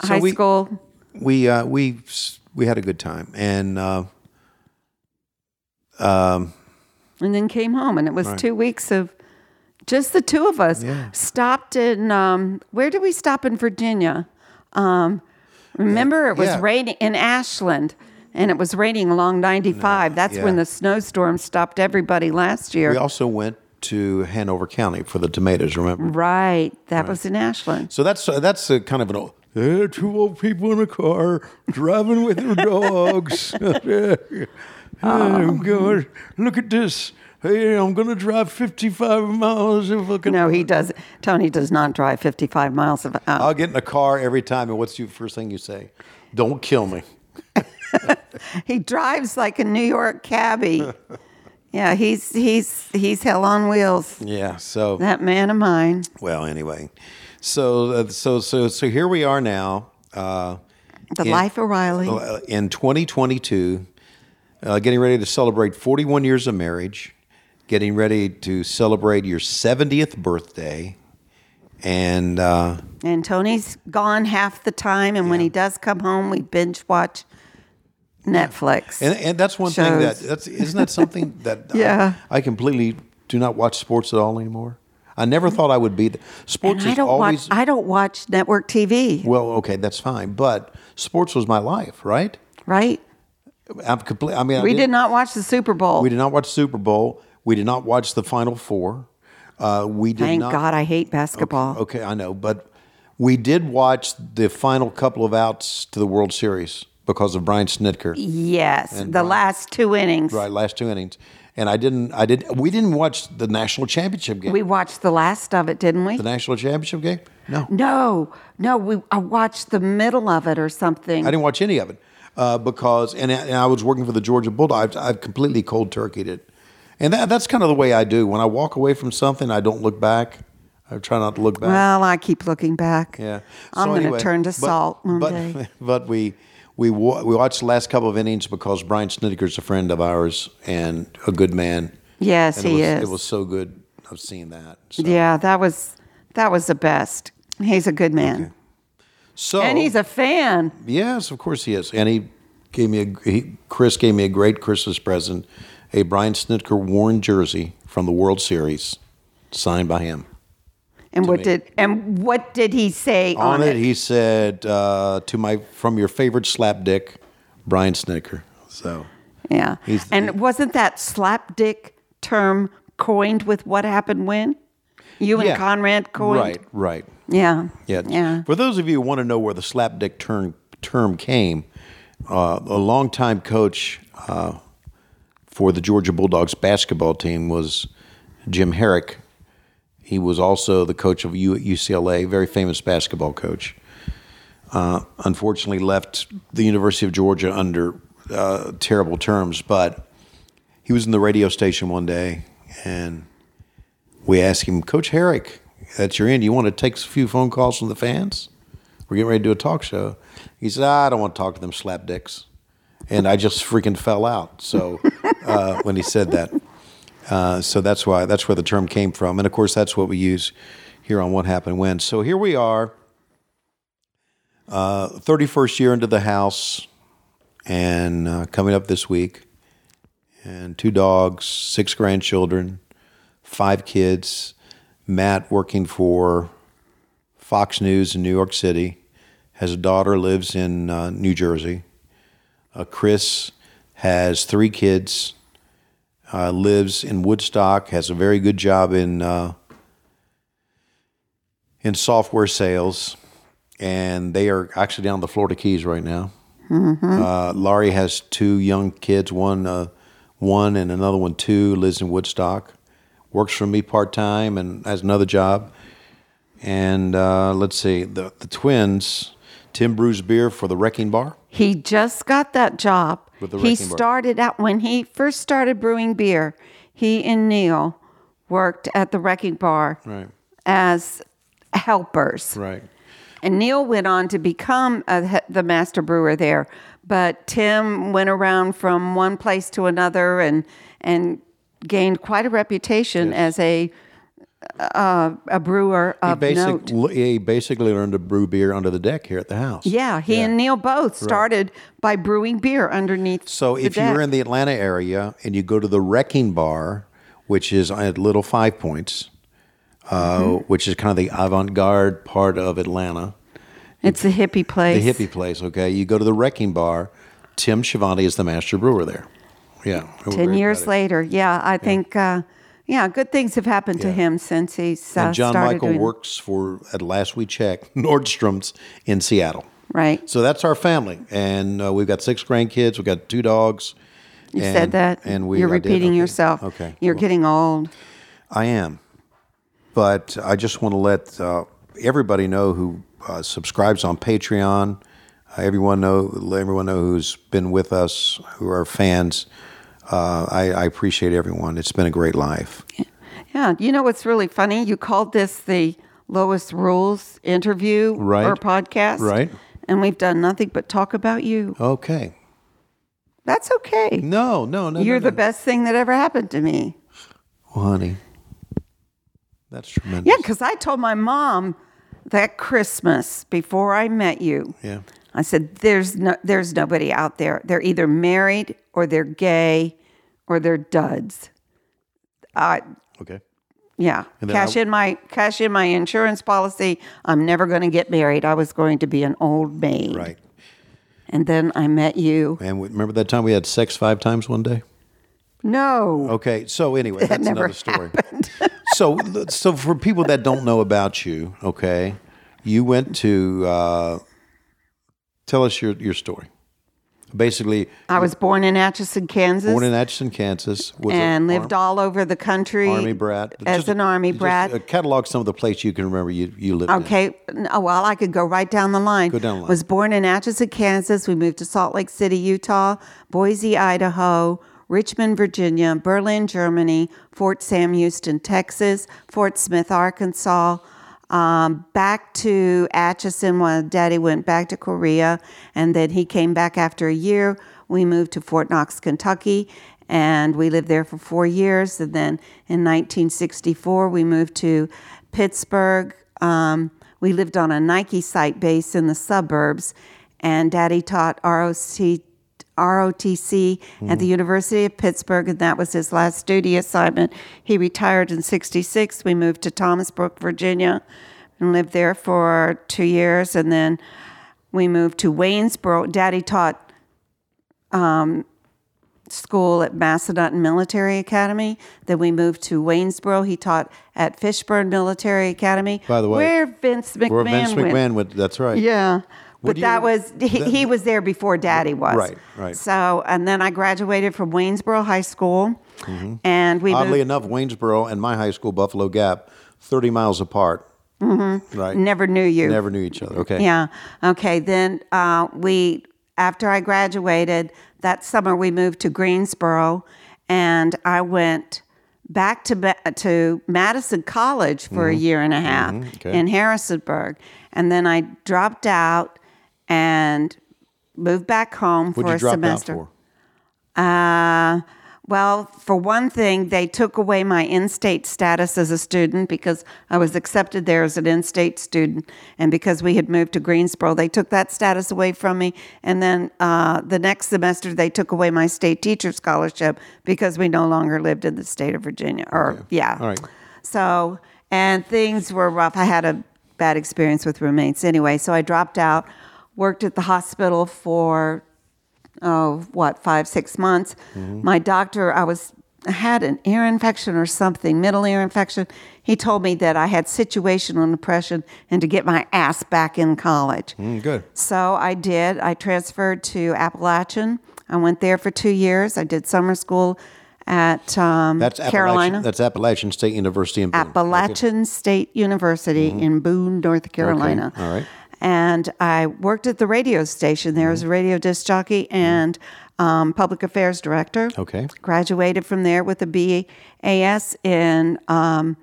so high we, school. we uh, we s- we had a good time and uh, um, and then came home and it was Right. two weeks of just the two of us Yeah. stopped in um, where did we stop in virginia um, remember it was Yeah. raining in ashland and it was raining along 95 that's when yeah. the snowstorm stopped everybody last year we also went to Hanover County for the tomatoes. Remember? right that was in ashland So that's uh, that's a kind of an old. There are two old people in a car driving with their dogs. oh, Oh. God. Look at this. Hey, I'm going to drive 55 miles if I can. no he does tony does not drive 55 miles of I'll get in a car every time, and what's the first thing you say? Don't kill me. he drives like a new york cabbie yeah he's he's he's hell on wheels Yeah. So that man of mine Well, anyway, so uh, so so so here we are now. Uh, The Life of Riley. uh, in 2022, uh, getting ready to celebrate 41 years of marriage, getting ready to celebrate your 70th birthday, and uh, And Tony's gone half the time, and when he does come home, we binge watch Netflix. And, and that's one thing that shows. that's isn't that something that I- Yeah. I, completely do not watch sports at all anymore. I never thought I would be. The, sports Mm. I is don't always watch. I don't watch network TV. well, okay, that's fine, but sports was my life, right? Right. I'm complete. I mean, I we didn't- did not watch the Super Bowl. We did not watch Super Bowl. We did not watch the Final Four. Uh, we did Thank not. God I hate basketball. Okay, Oh. I know, but we did watch the final couple of outs to the World Series because of Brian Snitker. Yes, And the Brian- last two innings. Right, last two innings, and I didn't. I did. We didn't watch the national championship game. We watched the last of it, didn't we? the national championship game. No, Mm. No, no. We I watched the middle of it or something. I didn't watch any of it uh, because, and I, and I was working for the Georgia Bulldogs. I've, I've completely cold turkeyed it, and that, that's kind of the way I do. When I walk away from something, I don't look back. I try not to look back. Well, I keep looking back. Yeah, I'm So going to anyway, turn to but- salt one but, day. But we we wa- we watched the last couple of innings because Brian Snitker's a friend of ours and a good man. Yes, And it he was, is. It was so good of seeing that. Yeah, that was that was the best. He's a good man, So and he's a fan. yes, of course he is, and he gave me a he, Chris gave me a great Christmas present, a Brian Snitker worn jersey from the World Series, signed by him. And what me. did and what did he say on, On it, he said, uh, "To my from your favorite slap dick, Brian Snitker." So Yeah, he's and wasn't that slapdick term coined with what happened when you and Yeah. Conrad coined? Right, right. Yeah. Yeah. Yeah. For those of you who want to know where the slapdick term term came, uh, a longtime coach uh, for the Georgia Bulldogs basketball team was Jim Herrick. He was also the coach of U- UCLA, very famous basketball coach. Uh, unfortunately, left the University of Georgia under uh, terrible terms, but he was in the radio station one day and we asked him, Coach Herrick, at your end, you want to take a few phone calls from the fans? We're getting ready to do a talk show. He said, "Ah, I don't want to talk to them slapdicks. And I just freaking fell out. So uh, when he said that, uh, so that's why that's where the term came from. And of course, that's what we use here on What Happened When. So here we are, uh, 31st year into the house, and uh, coming up this week, and two dogs, six grandchildren five kids, Matt working for Fox News in New York City, has a daughter, lives in uh, New Jersey. Uh, Chris has three kids, uh, lives in Woodstock, has a very good job in uh, in software sales, and they are actually down the Florida Keys right now. Uh, Laurie has two young kids, one uh, one and another one two, lives in Woodstock, works for me part time and has another job. And uh, let's see, the, the twins, Tim brews beer for the Wrecking Bar. He just got that job. With the he wrecking bar. started out when he first started brewing beer. He and Neil worked at the wrecking bar Right, as helpers. right. And Neil went on to become a, he- the master brewer there, but Tim went around from one place to another and and gained quite a reputation as a uh, a brewer He, of note. basic, he basically learned to brew beer under the deck here at the house. Yeah, he and Neil both started by brewing beer underneath. So the if you were deck. in the Atlanta area and you go to the Wrecking Bar, which is at Little Five Points, uh, Mm-hmm. which is kind of the avant-garde part of Atlanta, it's a hippie place. the hippie place. Okay, you go to the Wrecking Bar. Tim Shivani is the master brewer there. Yeah, we're Ten very years proud later, yeah, I think, uh, yeah, good things have happened to him since he's of it. uh, And John started Michael doing works for, at last we checked, Nordstrom's in Seattle. right. So that's our family, and uh, we've got six grandkids. We've got two dogs. You said that, and we you're I did, repeating okay. yourself. Okay, you're well- getting old. I am. But I just want to let uh, everybody know who uh, subscribes on Patreon. Uh, everyone know, let everyone know who's been with us, who are fans. Uh, I, I appreciate everyone. It's been a great life. Yeah, you know what's really funny? You called this the Lois Rules interview Right. or podcast, Right. And we've done nothing but talk about you. Okay. That's okay. No, no, no. you're no, the no. best thing that ever happened to me. Well, honey, that's tremendous. Yeah, because I told my mom that Christmas before I met you, Yeah. I said, "There's no, there's nobody out there. They're either married or they're gay, or they're duds." I Okay. yeah, And then cash I- in my cash in my insurance policy. I'm never going to get married. I was going to be an old maid. Right. And then I met you. And we- remember that time we had sex five times one day? No. Okay. So anyway, That that's never another story. so so for people that don't know about you, okay, you went to uh, tell us your your story. Basically, I was born in Atchison, Kansas, born in Atchison, Kansas, was a and arm- lived all over the country army brat as Just- an army just, brat. uh, catalog some of the places you can remember you you lived. in. Okay. n- oh, Well, I could go right down the line. Go down the line. Was born in Atchison, Kansas. We moved to Salt Lake City, Utah, Boise, Idaho, Richmond, Virginia, Berlin, Germany, Fort Sam Houston, Texas, Fort Smith, Arkansas. Um, back to Atchison when Daddy went back to Korea, and then he came back after a year. We moved to Fort Knox, Kentucky, and we lived there for four years. And then in 1964, we moved to Pittsburgh. Um, we lived on a Nike site base in the suburbs, and Daddy taught ROC, ROTC at the Mm. University of Pittsburgh, and that was his last duty assignment. He retired in '66. We moved to Thomasbrook, Virginia, and lived there for two years, and then we moved to Waynesboro. Daddy taught school at Macedon Military Academy. Then we moved to Waynesboro. He taught at Fishburne Military Academy. By the way, where Vince McMahon, Where Vince went. McMahon went. That's right. Yeah. What But do that you- was he, that- he was there before Daddy was Right, right. So and then I graduated from Waynesboro High School, and we Mm-hmm. Oddly moved, enough, Waynesboro and my high school, Buffalo Gap, thirty miles apart. Mm-hmm. Right. never knew you. Never knew each other. Okay. Yeah. Okay. Then uh, we, after I graduated that summer, we moved to Greensboro, and I went back to Ma- to Madison College for a year and a half Mm-hmm. Okay. in Harrisonburg, and then I dropped out and moved back home What'd for you a drop semester. out for? Uh, well, for one thing, they took away my in state status as a student because I was accepted there as an in state student. And because we had moved to Greensboro, they took that status away from me. And then uh, the next semester, they took away my state teacher scholarship because we no longer lived in the state of Virginia. Or, yeah. All right. So, and things were rough. I had a bad experience with roommates anyway. So I dropped out, worked at the hospital for oh, what, five, six months. Mm-hmm. My doctor, I was I had an ear infection or something, middle ear infection. He told me that I had situational depression and to get my ass back in college. Mm, good. So I did. I transferred to Appalachian. I went there for two years. I did summer school at um, That's Appalachian, Carolina. That's Appalachian State University in Boone. Appalachian State University in Boone, North Carolina. Mm-hmm. all right. And I worked at the radio station there as a radio disc jockey and um, public affairs director. Okay. Okay. Graduated from there with a BAS in um,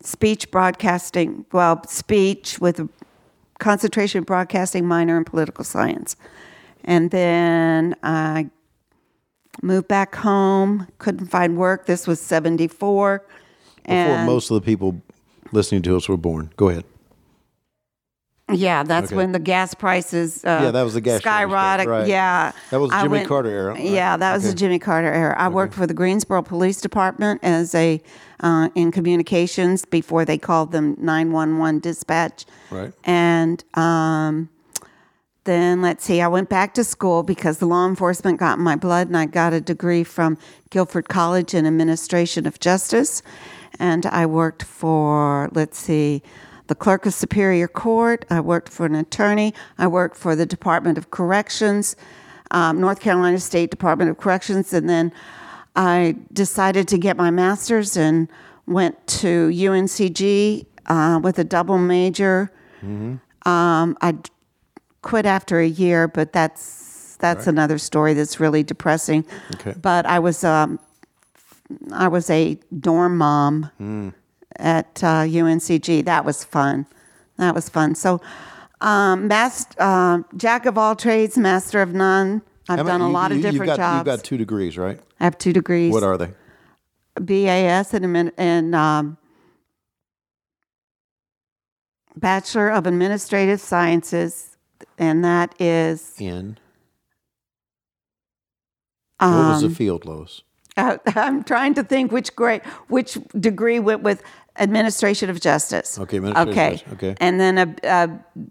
speech broadcasting, well, speech with a concentration in broadcasting minor in political science. And then I moved back home, couldn't find work. This was 74. Before most of the people listening to us were born. Go ahead. Yeah, that's Okay. when the gas prices. Uh, Yeah, that was the gas shortage stuff, skyrocketed. right. Yeah, That was I Jimmy Carter era, right? Yeah, that was the Okay. Jimmy Carter era. I worked for the Greensboro Police Department as a uh, in communications before they called them nine one one dispatch. Right. And um, then let's see, I went back to school because the law enforcement got in my blood, and I got a degree from Guilford College in Administration of Justice. And I worked for, let's see, the clerk of Superior Court. I worked for an attorney. I worked for the Department of Corrections, um, North Carolina State Department of Corrections. And then I decided to get my master's and went to UNCG uh, with a double major. Um, I d- quit after a year, but that's that's another story that's really depressing. Okay. But I was um, I was a dorm mom Mm. at uh, UNCG. That was fun. That was fun. So, um, master, uh, jack of all trades, master of none. I've How many- done a you- lot you- of different you've got, jobs. You've got two degrees, right? I have two degrees. What are they? BAS and admin- and um, Bachelor of Administrative Sciences and that is in. what was the um, field, Lois? Uh, I'm trying to think which grade, which degree went with administration of justice. Okay, administration of okay, justice, okay. And then a, a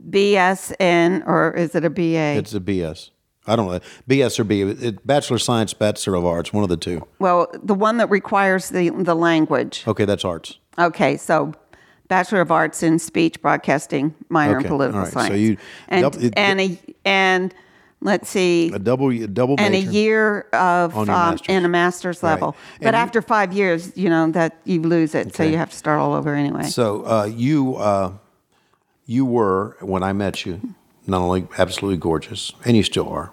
BS in, or is it a BA? It's a BS. I don't know. BS or B. It, Bachelor of Science, Bachelor of Arts, one of the two. well, the one that requires the the language. Okay, that's arts. Okay, so Bachelor of Arts in Speech Broadcasting, minor Okay, in Political all right, so Science, you- and double- it- and a and let's see, A double, a double and a major. year of On your um, master's. and a master's Right. level. But And you- after five years, you know that you lose it, so Okay. you have to start all over anyway. So uh, you uh, you were when I met you not only absolutely gorgeous, and you still are,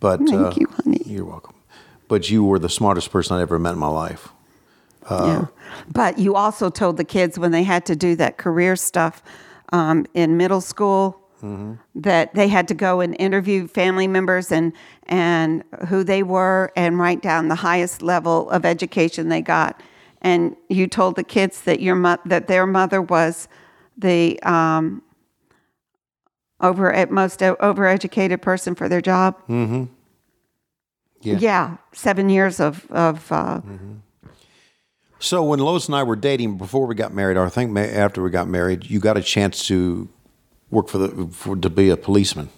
but Thank uh, you, honey. You're welcome. But you were the smartest person I ever met in my life. Uh, But you also told the kids when they had to do that career stuff um, in middle school Mm-hmm. that they had to go and interview family members and and who they were and write down the highest level of education they got. And you told the kids that your mo- that their mother was the um, over at most o- overeducated person for their job. Mm-hmm. Yeah, seven years of of uh, So when Lois and I were dating before we got married, or I think ma- after we got married, you got a chance to work for the for, to be a policeman,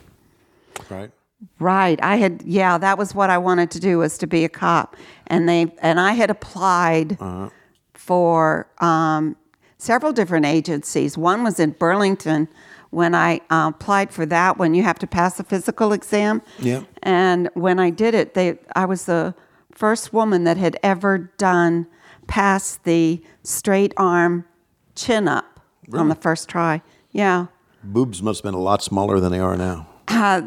right? Right. I had yeah, that was what I wanted to do was to be a cop. And they and I had applied Uh-huh. for um, several different agencies. One was in Burlington when I uh, applied for that one you have to pass a physical exam. Yeah. And when I did it, they I was the first woman that had ever done pass the straight arm chin up on Really? the first try. Yeah. Boobs must have been a lot smaller than they are now. Uh,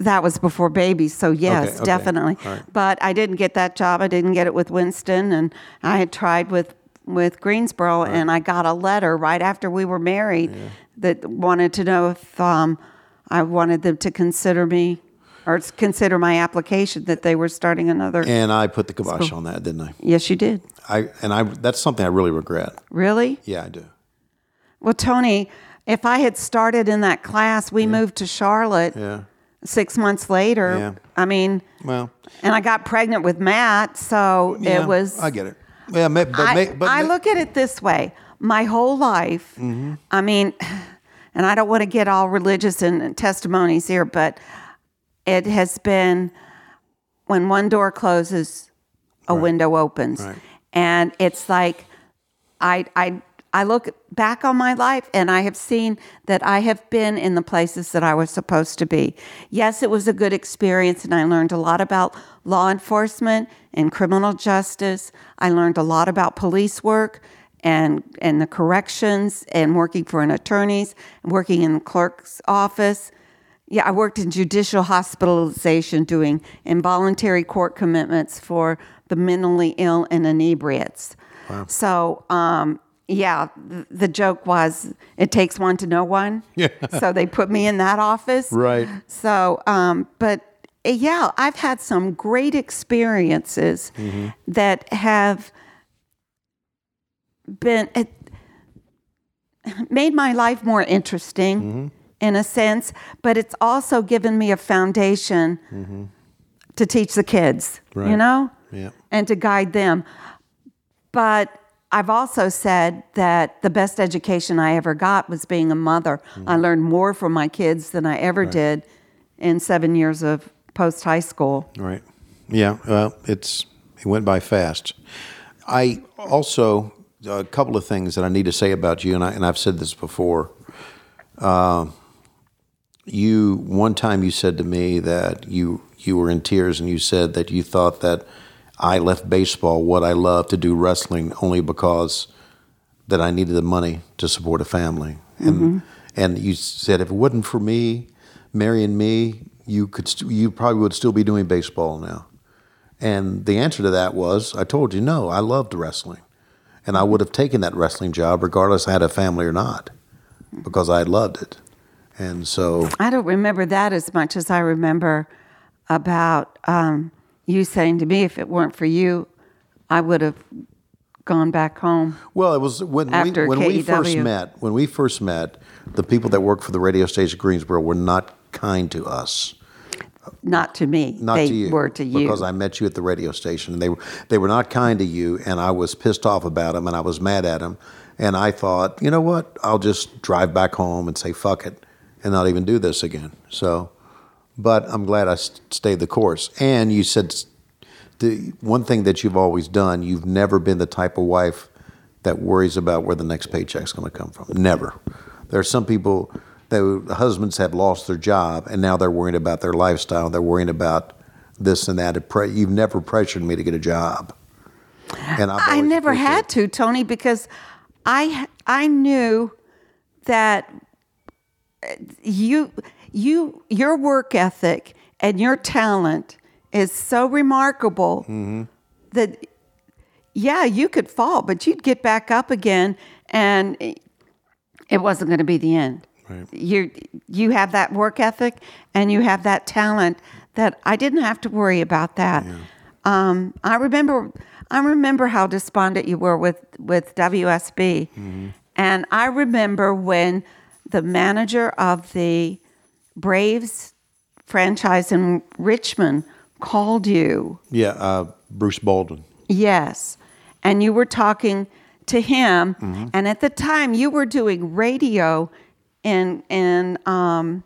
that was before babies, so yes, Okay, okay. definitely. All right. But I didn't get that job. I didn't get it with Winston, and I had tried with with Greensboro, and I got a letter right after we were married that wanted to know if um, I wanted them to consider me or s- consider my application that they were starting another. And I put the kibosh School. on that, didn't I? yes, you did. I and I that's something I really regret. Really? Yeah, I do. Well, Tony, if I had started in that class, we moved to Charlotte Yeah. six months later. Yeah. I mean. Well, And I got pregnant with Matt, so yeah, it was. I get it. Yeah, ma- but, I, ma- but I ma- look at it this way: my whole life. Mm-hmm. I mean, and I don't want to get all religious and testimonies here, but it has been when one door closes, a window opens, and it's like I I. I look back on my life and I have seen that I have been in the places that I was supposed to be. Yes, it was a good experience and I learned a lot about law enforcement and criminal justice. I learned a lot about police work and and the corrections and working for an attorney's, working in the clerk's office. Yeah, I worked in judicial hospitalization doing involuntary court commitments for the mentally ill and inebriates. So, um, yeah, th- the joke was it takes one to know one. Yeah. So they put me in that office. Right. So, um, but eh, yeah, I've had some great experiences that have been it made my life more interesting in a sense, but it's also given me a foundation to teach the kids, you Right. know, Yeah. and to guide them. But I've also said that the best education I ever got was being a mother. Mm-hmm. I learned more from my kids than I ever did in seven years of post high school. Right. Yeah. Well, it's it went by fast. I also a couple of things that I need to say about you, and I and I've said this before. Uh, you one time you said to me that you you were in tears, and you said that you thought that I left baseball, what I love, to do wrestling, only because that I needed the money to support a family. And and you said if it wasn't for me marrying me, you could st- you probably would still be doing baseball now. And the answer to that was I told you no, I loved wrestling. And I would have taken that wrestling job regardless I had a family or not because I loved it. And so I don't remember that as much as I remember about um, you saying to me, if it weren't for you, I would have gone back home. Well, it was when After we E when we KEW. first met. When we first met, the people that worked for the radio station Greensboro were not kind to us. Not to me. Not they to you. were to you. Because I met you at the radio station and they were they were not kind to you and I was pissed off about them and I was mad at them and I thought, you know what? I'll just drive back home and say fuck it and not even do this again. So but I'm glad I st- stayed the course. And you said s- the one thing that you've always done, you've never been the type of wife that worries about where the next paycheck's going to come from. Never. There are some people that husbands have lost their job and now they're worrying about their lifestyle. They're worrying about this and that. It pre- You've never pressured me to get a job. And I've I always never appreciated- had to, Tony, because I I knew that uh, you you your work ethic and your talent is so remarkable Mm-hmm. that yeah, you could fall, but you'd get back up again and it- it wasn't going to be the end. You you have that work ethic and you have that talent that I didn't have to worry about that. Um, I remember I remember how despondent you were with with WSB, and I remember when the manager of the Braves franchise in Richmond called you. Yeah, uh, Bruce Baldwin. Yes. And you were talking to him. Mm-hmm. And at the time, you were doing radio in, in, um,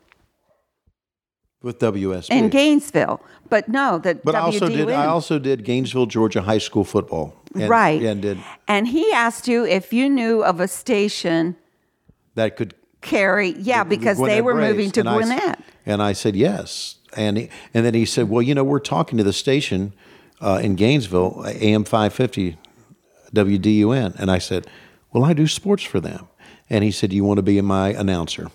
With WSB. in Gainesville. But no, that But I also did. I WDUN. also did Gainesville, Georgia high school football. And, Right. And did And he asked you if you knew of a station that could carry. Yeah, because they Gwinnett were Braves. moving to And I s- Gwinnett. and I said yes, and he, and then he said, "Well, you know, we're talking to the station uh, in Gainesville, AM 550, WDUN," and I said, "Well, I do sports for them," and he said, "You want to be my announcer?"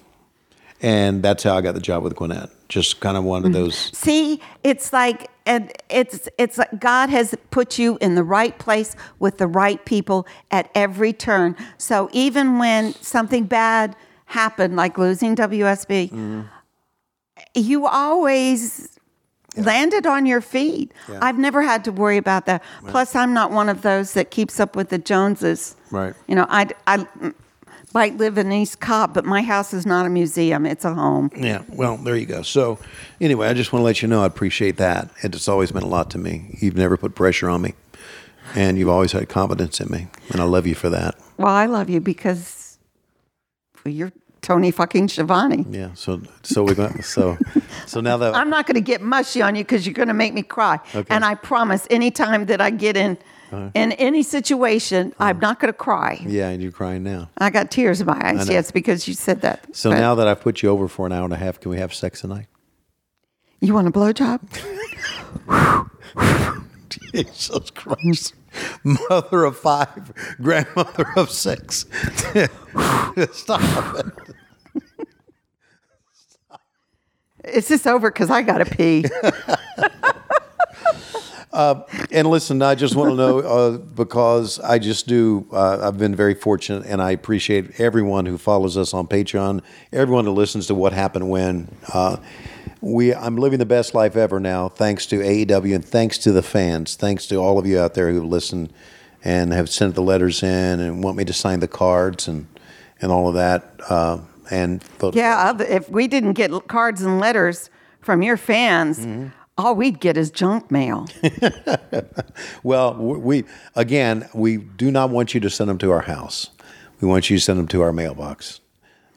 And that's how I got the job with Gwinnett. Just kind of Mm. one of those. See, it's like and it's it's like God has put you in the right place with the right people at every turn. So even when something bad happened, like losing WSB, you always landed on your feet. I've never had to worry about that. Plus, I'm not one of those that keeps up with the Joneses. Right. You know, I I might live in East Cobb, but my house is not a museum; it's a home. Yeah, well, there you go. So, anyway, I just want to let you know I appreciate that. And it's always meant a lot to me. You've never put pressure on me, and you've always had confidence in me. And I love you for that. Well, I love you because well, you're Tony fucking Schiavone. Yeah. So, so we got, so, so now that I'm not going to get mushy on you because you're going to make me cry. And I promise, anytime that I get in Uh-huh. in any situation, I'm not going to cry. yeah, and you're crying now. I got tears in my eyes. know. Yes, because you said that. So But now that I've put you over for an hour and a half, can we have sex tonight? you want a blowjob? Jesus Christ. Mother of five, grandmother of six. Stop it. Is this over? Because I got to pee. and listen, I just want to know uh, because I just do. Uh, I've been very fortunate, and I appreciate everyone who follows us on Patreon, everyone who listens to what happened when. Uh, we, I'm living the best life ever now, thanks to AEW and thanks to the fans, thanks to all of you out there who listen and have sent the letters in and want me to sign the cards and and all of that. Uh, and photo- yeah, other- if we didn't get cards and letters from your fans, Mm-hmm. all we'd get is junk mail. Well, w- we again, we do not want you to send them to our house. We want you to send them to our mailbox.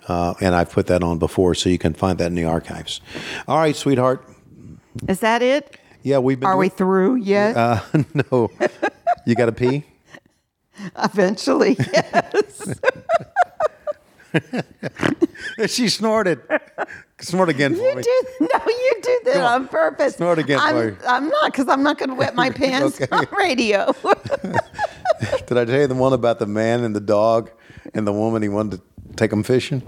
Uh, and I've put that on before, so you can find that in the archives. All right, sweetheart. Is that it? Yeah, we've been. Are we through yet? Uh, no, you got to pee. Eventually, yes. she snorted. Snort again for you me. do no, you do that Come on. on. purpose. Snort again, I'm, Lori. I'm not because I'm not going to wet my pants Okay. on radio. Did I tell you the one about the man and the dog and the woman? He wanted to take them fishing.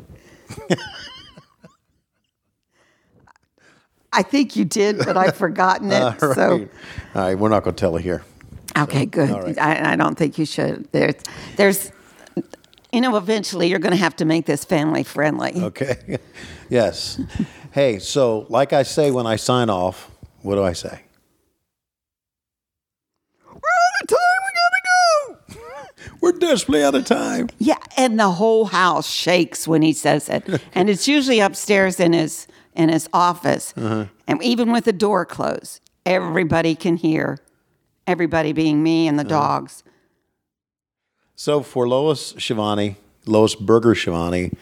I think you did, but I've forgotten it. All right. So All right, we're not going to tell her here. okay, good. all right. I, I don't think you should. There's, there's, you know, eventually you're going to have to make this family friendly. Okay. yes. Hey, so like I say when I sign off, what do I say? We're out of time. We gotta go. We're desperately out of time. Yeah, and the whole house shakes when he says it, and it's usually upstairs in his in his office, Uh-huh. and even with the door closed, everybody can hear. Everybody being me and the Uh-huh. dogs. So for Lois Shivani, Lois Berger Shivani,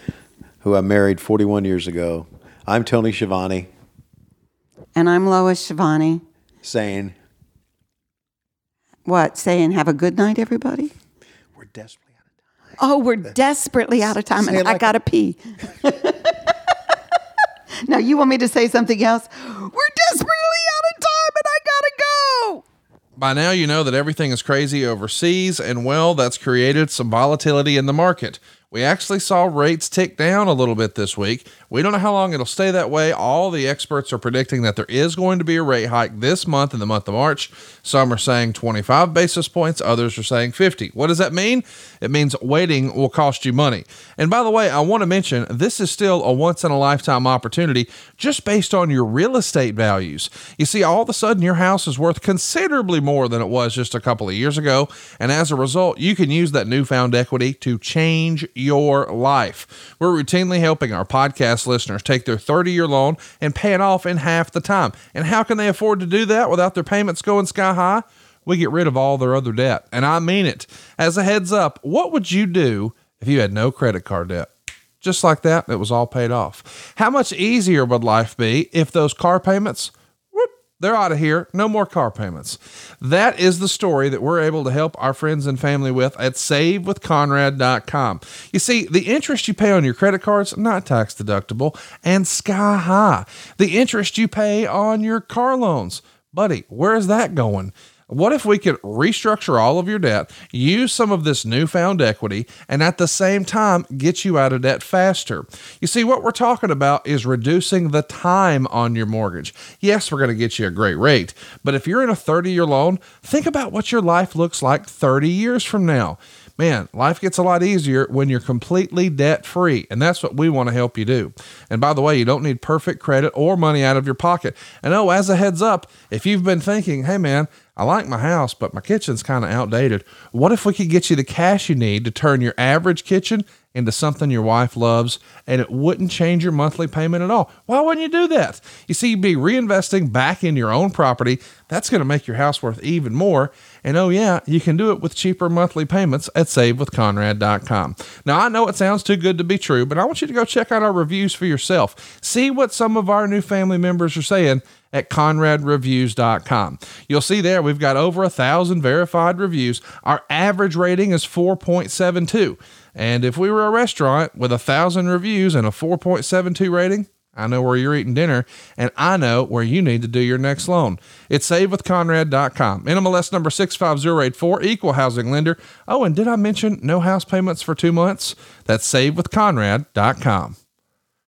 who I married 41 years ago, I'm Tony Shivani And I'm Lois Shivani. saying, What saying? Have a good night, everybody. we're desperate. Oh, we're desperately out of time, and Say it I like gotta pee. now you want me to say something else? We're desperately out of time, and I gotta go. By now, you know that everything is crazy overseas, and well, that's created some volatility in the market. We actually saw rates tick down a little bit this week. We don't know how long it'll stay that way. All the experts are predicting that there is going to be a rate hike this month in the month of March. Some are saying 25 basis points, others are saying 50. What does that mean? It means waiting will cost you money. And by the way, I want to mention this is still a once in a lifetime opportunity just based on your real estate values. You see, all of a sudden your house is worth considerably more than it was just a couple of years ago. And as a result, you can use that newfound equity to change your life. We're routinely helping our podcast listeners take their 30 year loan and pay it off in half the time. And how can they afford to do that without their payments going sky high? We get rid of all their other debt. And I mean it. As a heads up, what would you do if you had no credit card debt? Just like that, it was all paid off. How much easier would life be if those car payments they're out of here. No more car payments. That is the story that we're able to help our friends and family with at savewithconrad.com. You see, the interest you pay on your credit cards not tax deductible and sky high. The interest you pay on your car loans, buddy, where is that going? What if we could restructure all of your debt, use some of this newfound equity, and at the same time get you out of debt faster? You see, what we're talking about is reducing the time on your mortgage. Yes, we're going to get you a great rate, but if you're in a 30 year loan, think about what your life looks like 30 years from now. Man, life gets a lot easier when you're completely debt free, and that's what we want to help you do. And by the way, you don't need perfect credit or money out of your pocket. And oh, as a heads up, if you've been thinking, hey man, I like my house, but my kitchen's kind of outdated, what if we could get you the cash you need to turn your average kitchen into something your wife loves and it wouldn't change your monthly payment at all. Why wouldn't you do that? You see, you'd be reinvesting back in your own property. That's going to make your house worth even more. And oh, yeah, you can do it with cheaper monthly payments at savewithconrad.com. Now, I know it sounds too good to be true, but I want you to go check out our reviews for yourself. See what some of our new family members are saying at conradreviews.com. You'll see there we've got over a thousand verified reviews. Our average rating is 4.72. And if we were a restaurant with a thousand reviews and a 4.72 rating, I know where you're eating dinner, and I know where you need to do your next loan. It's savewithconrad.com. NMLS number 65084, equal housing lender. Oh, and did I mention no house payments for two months? That's savewithconrad.com.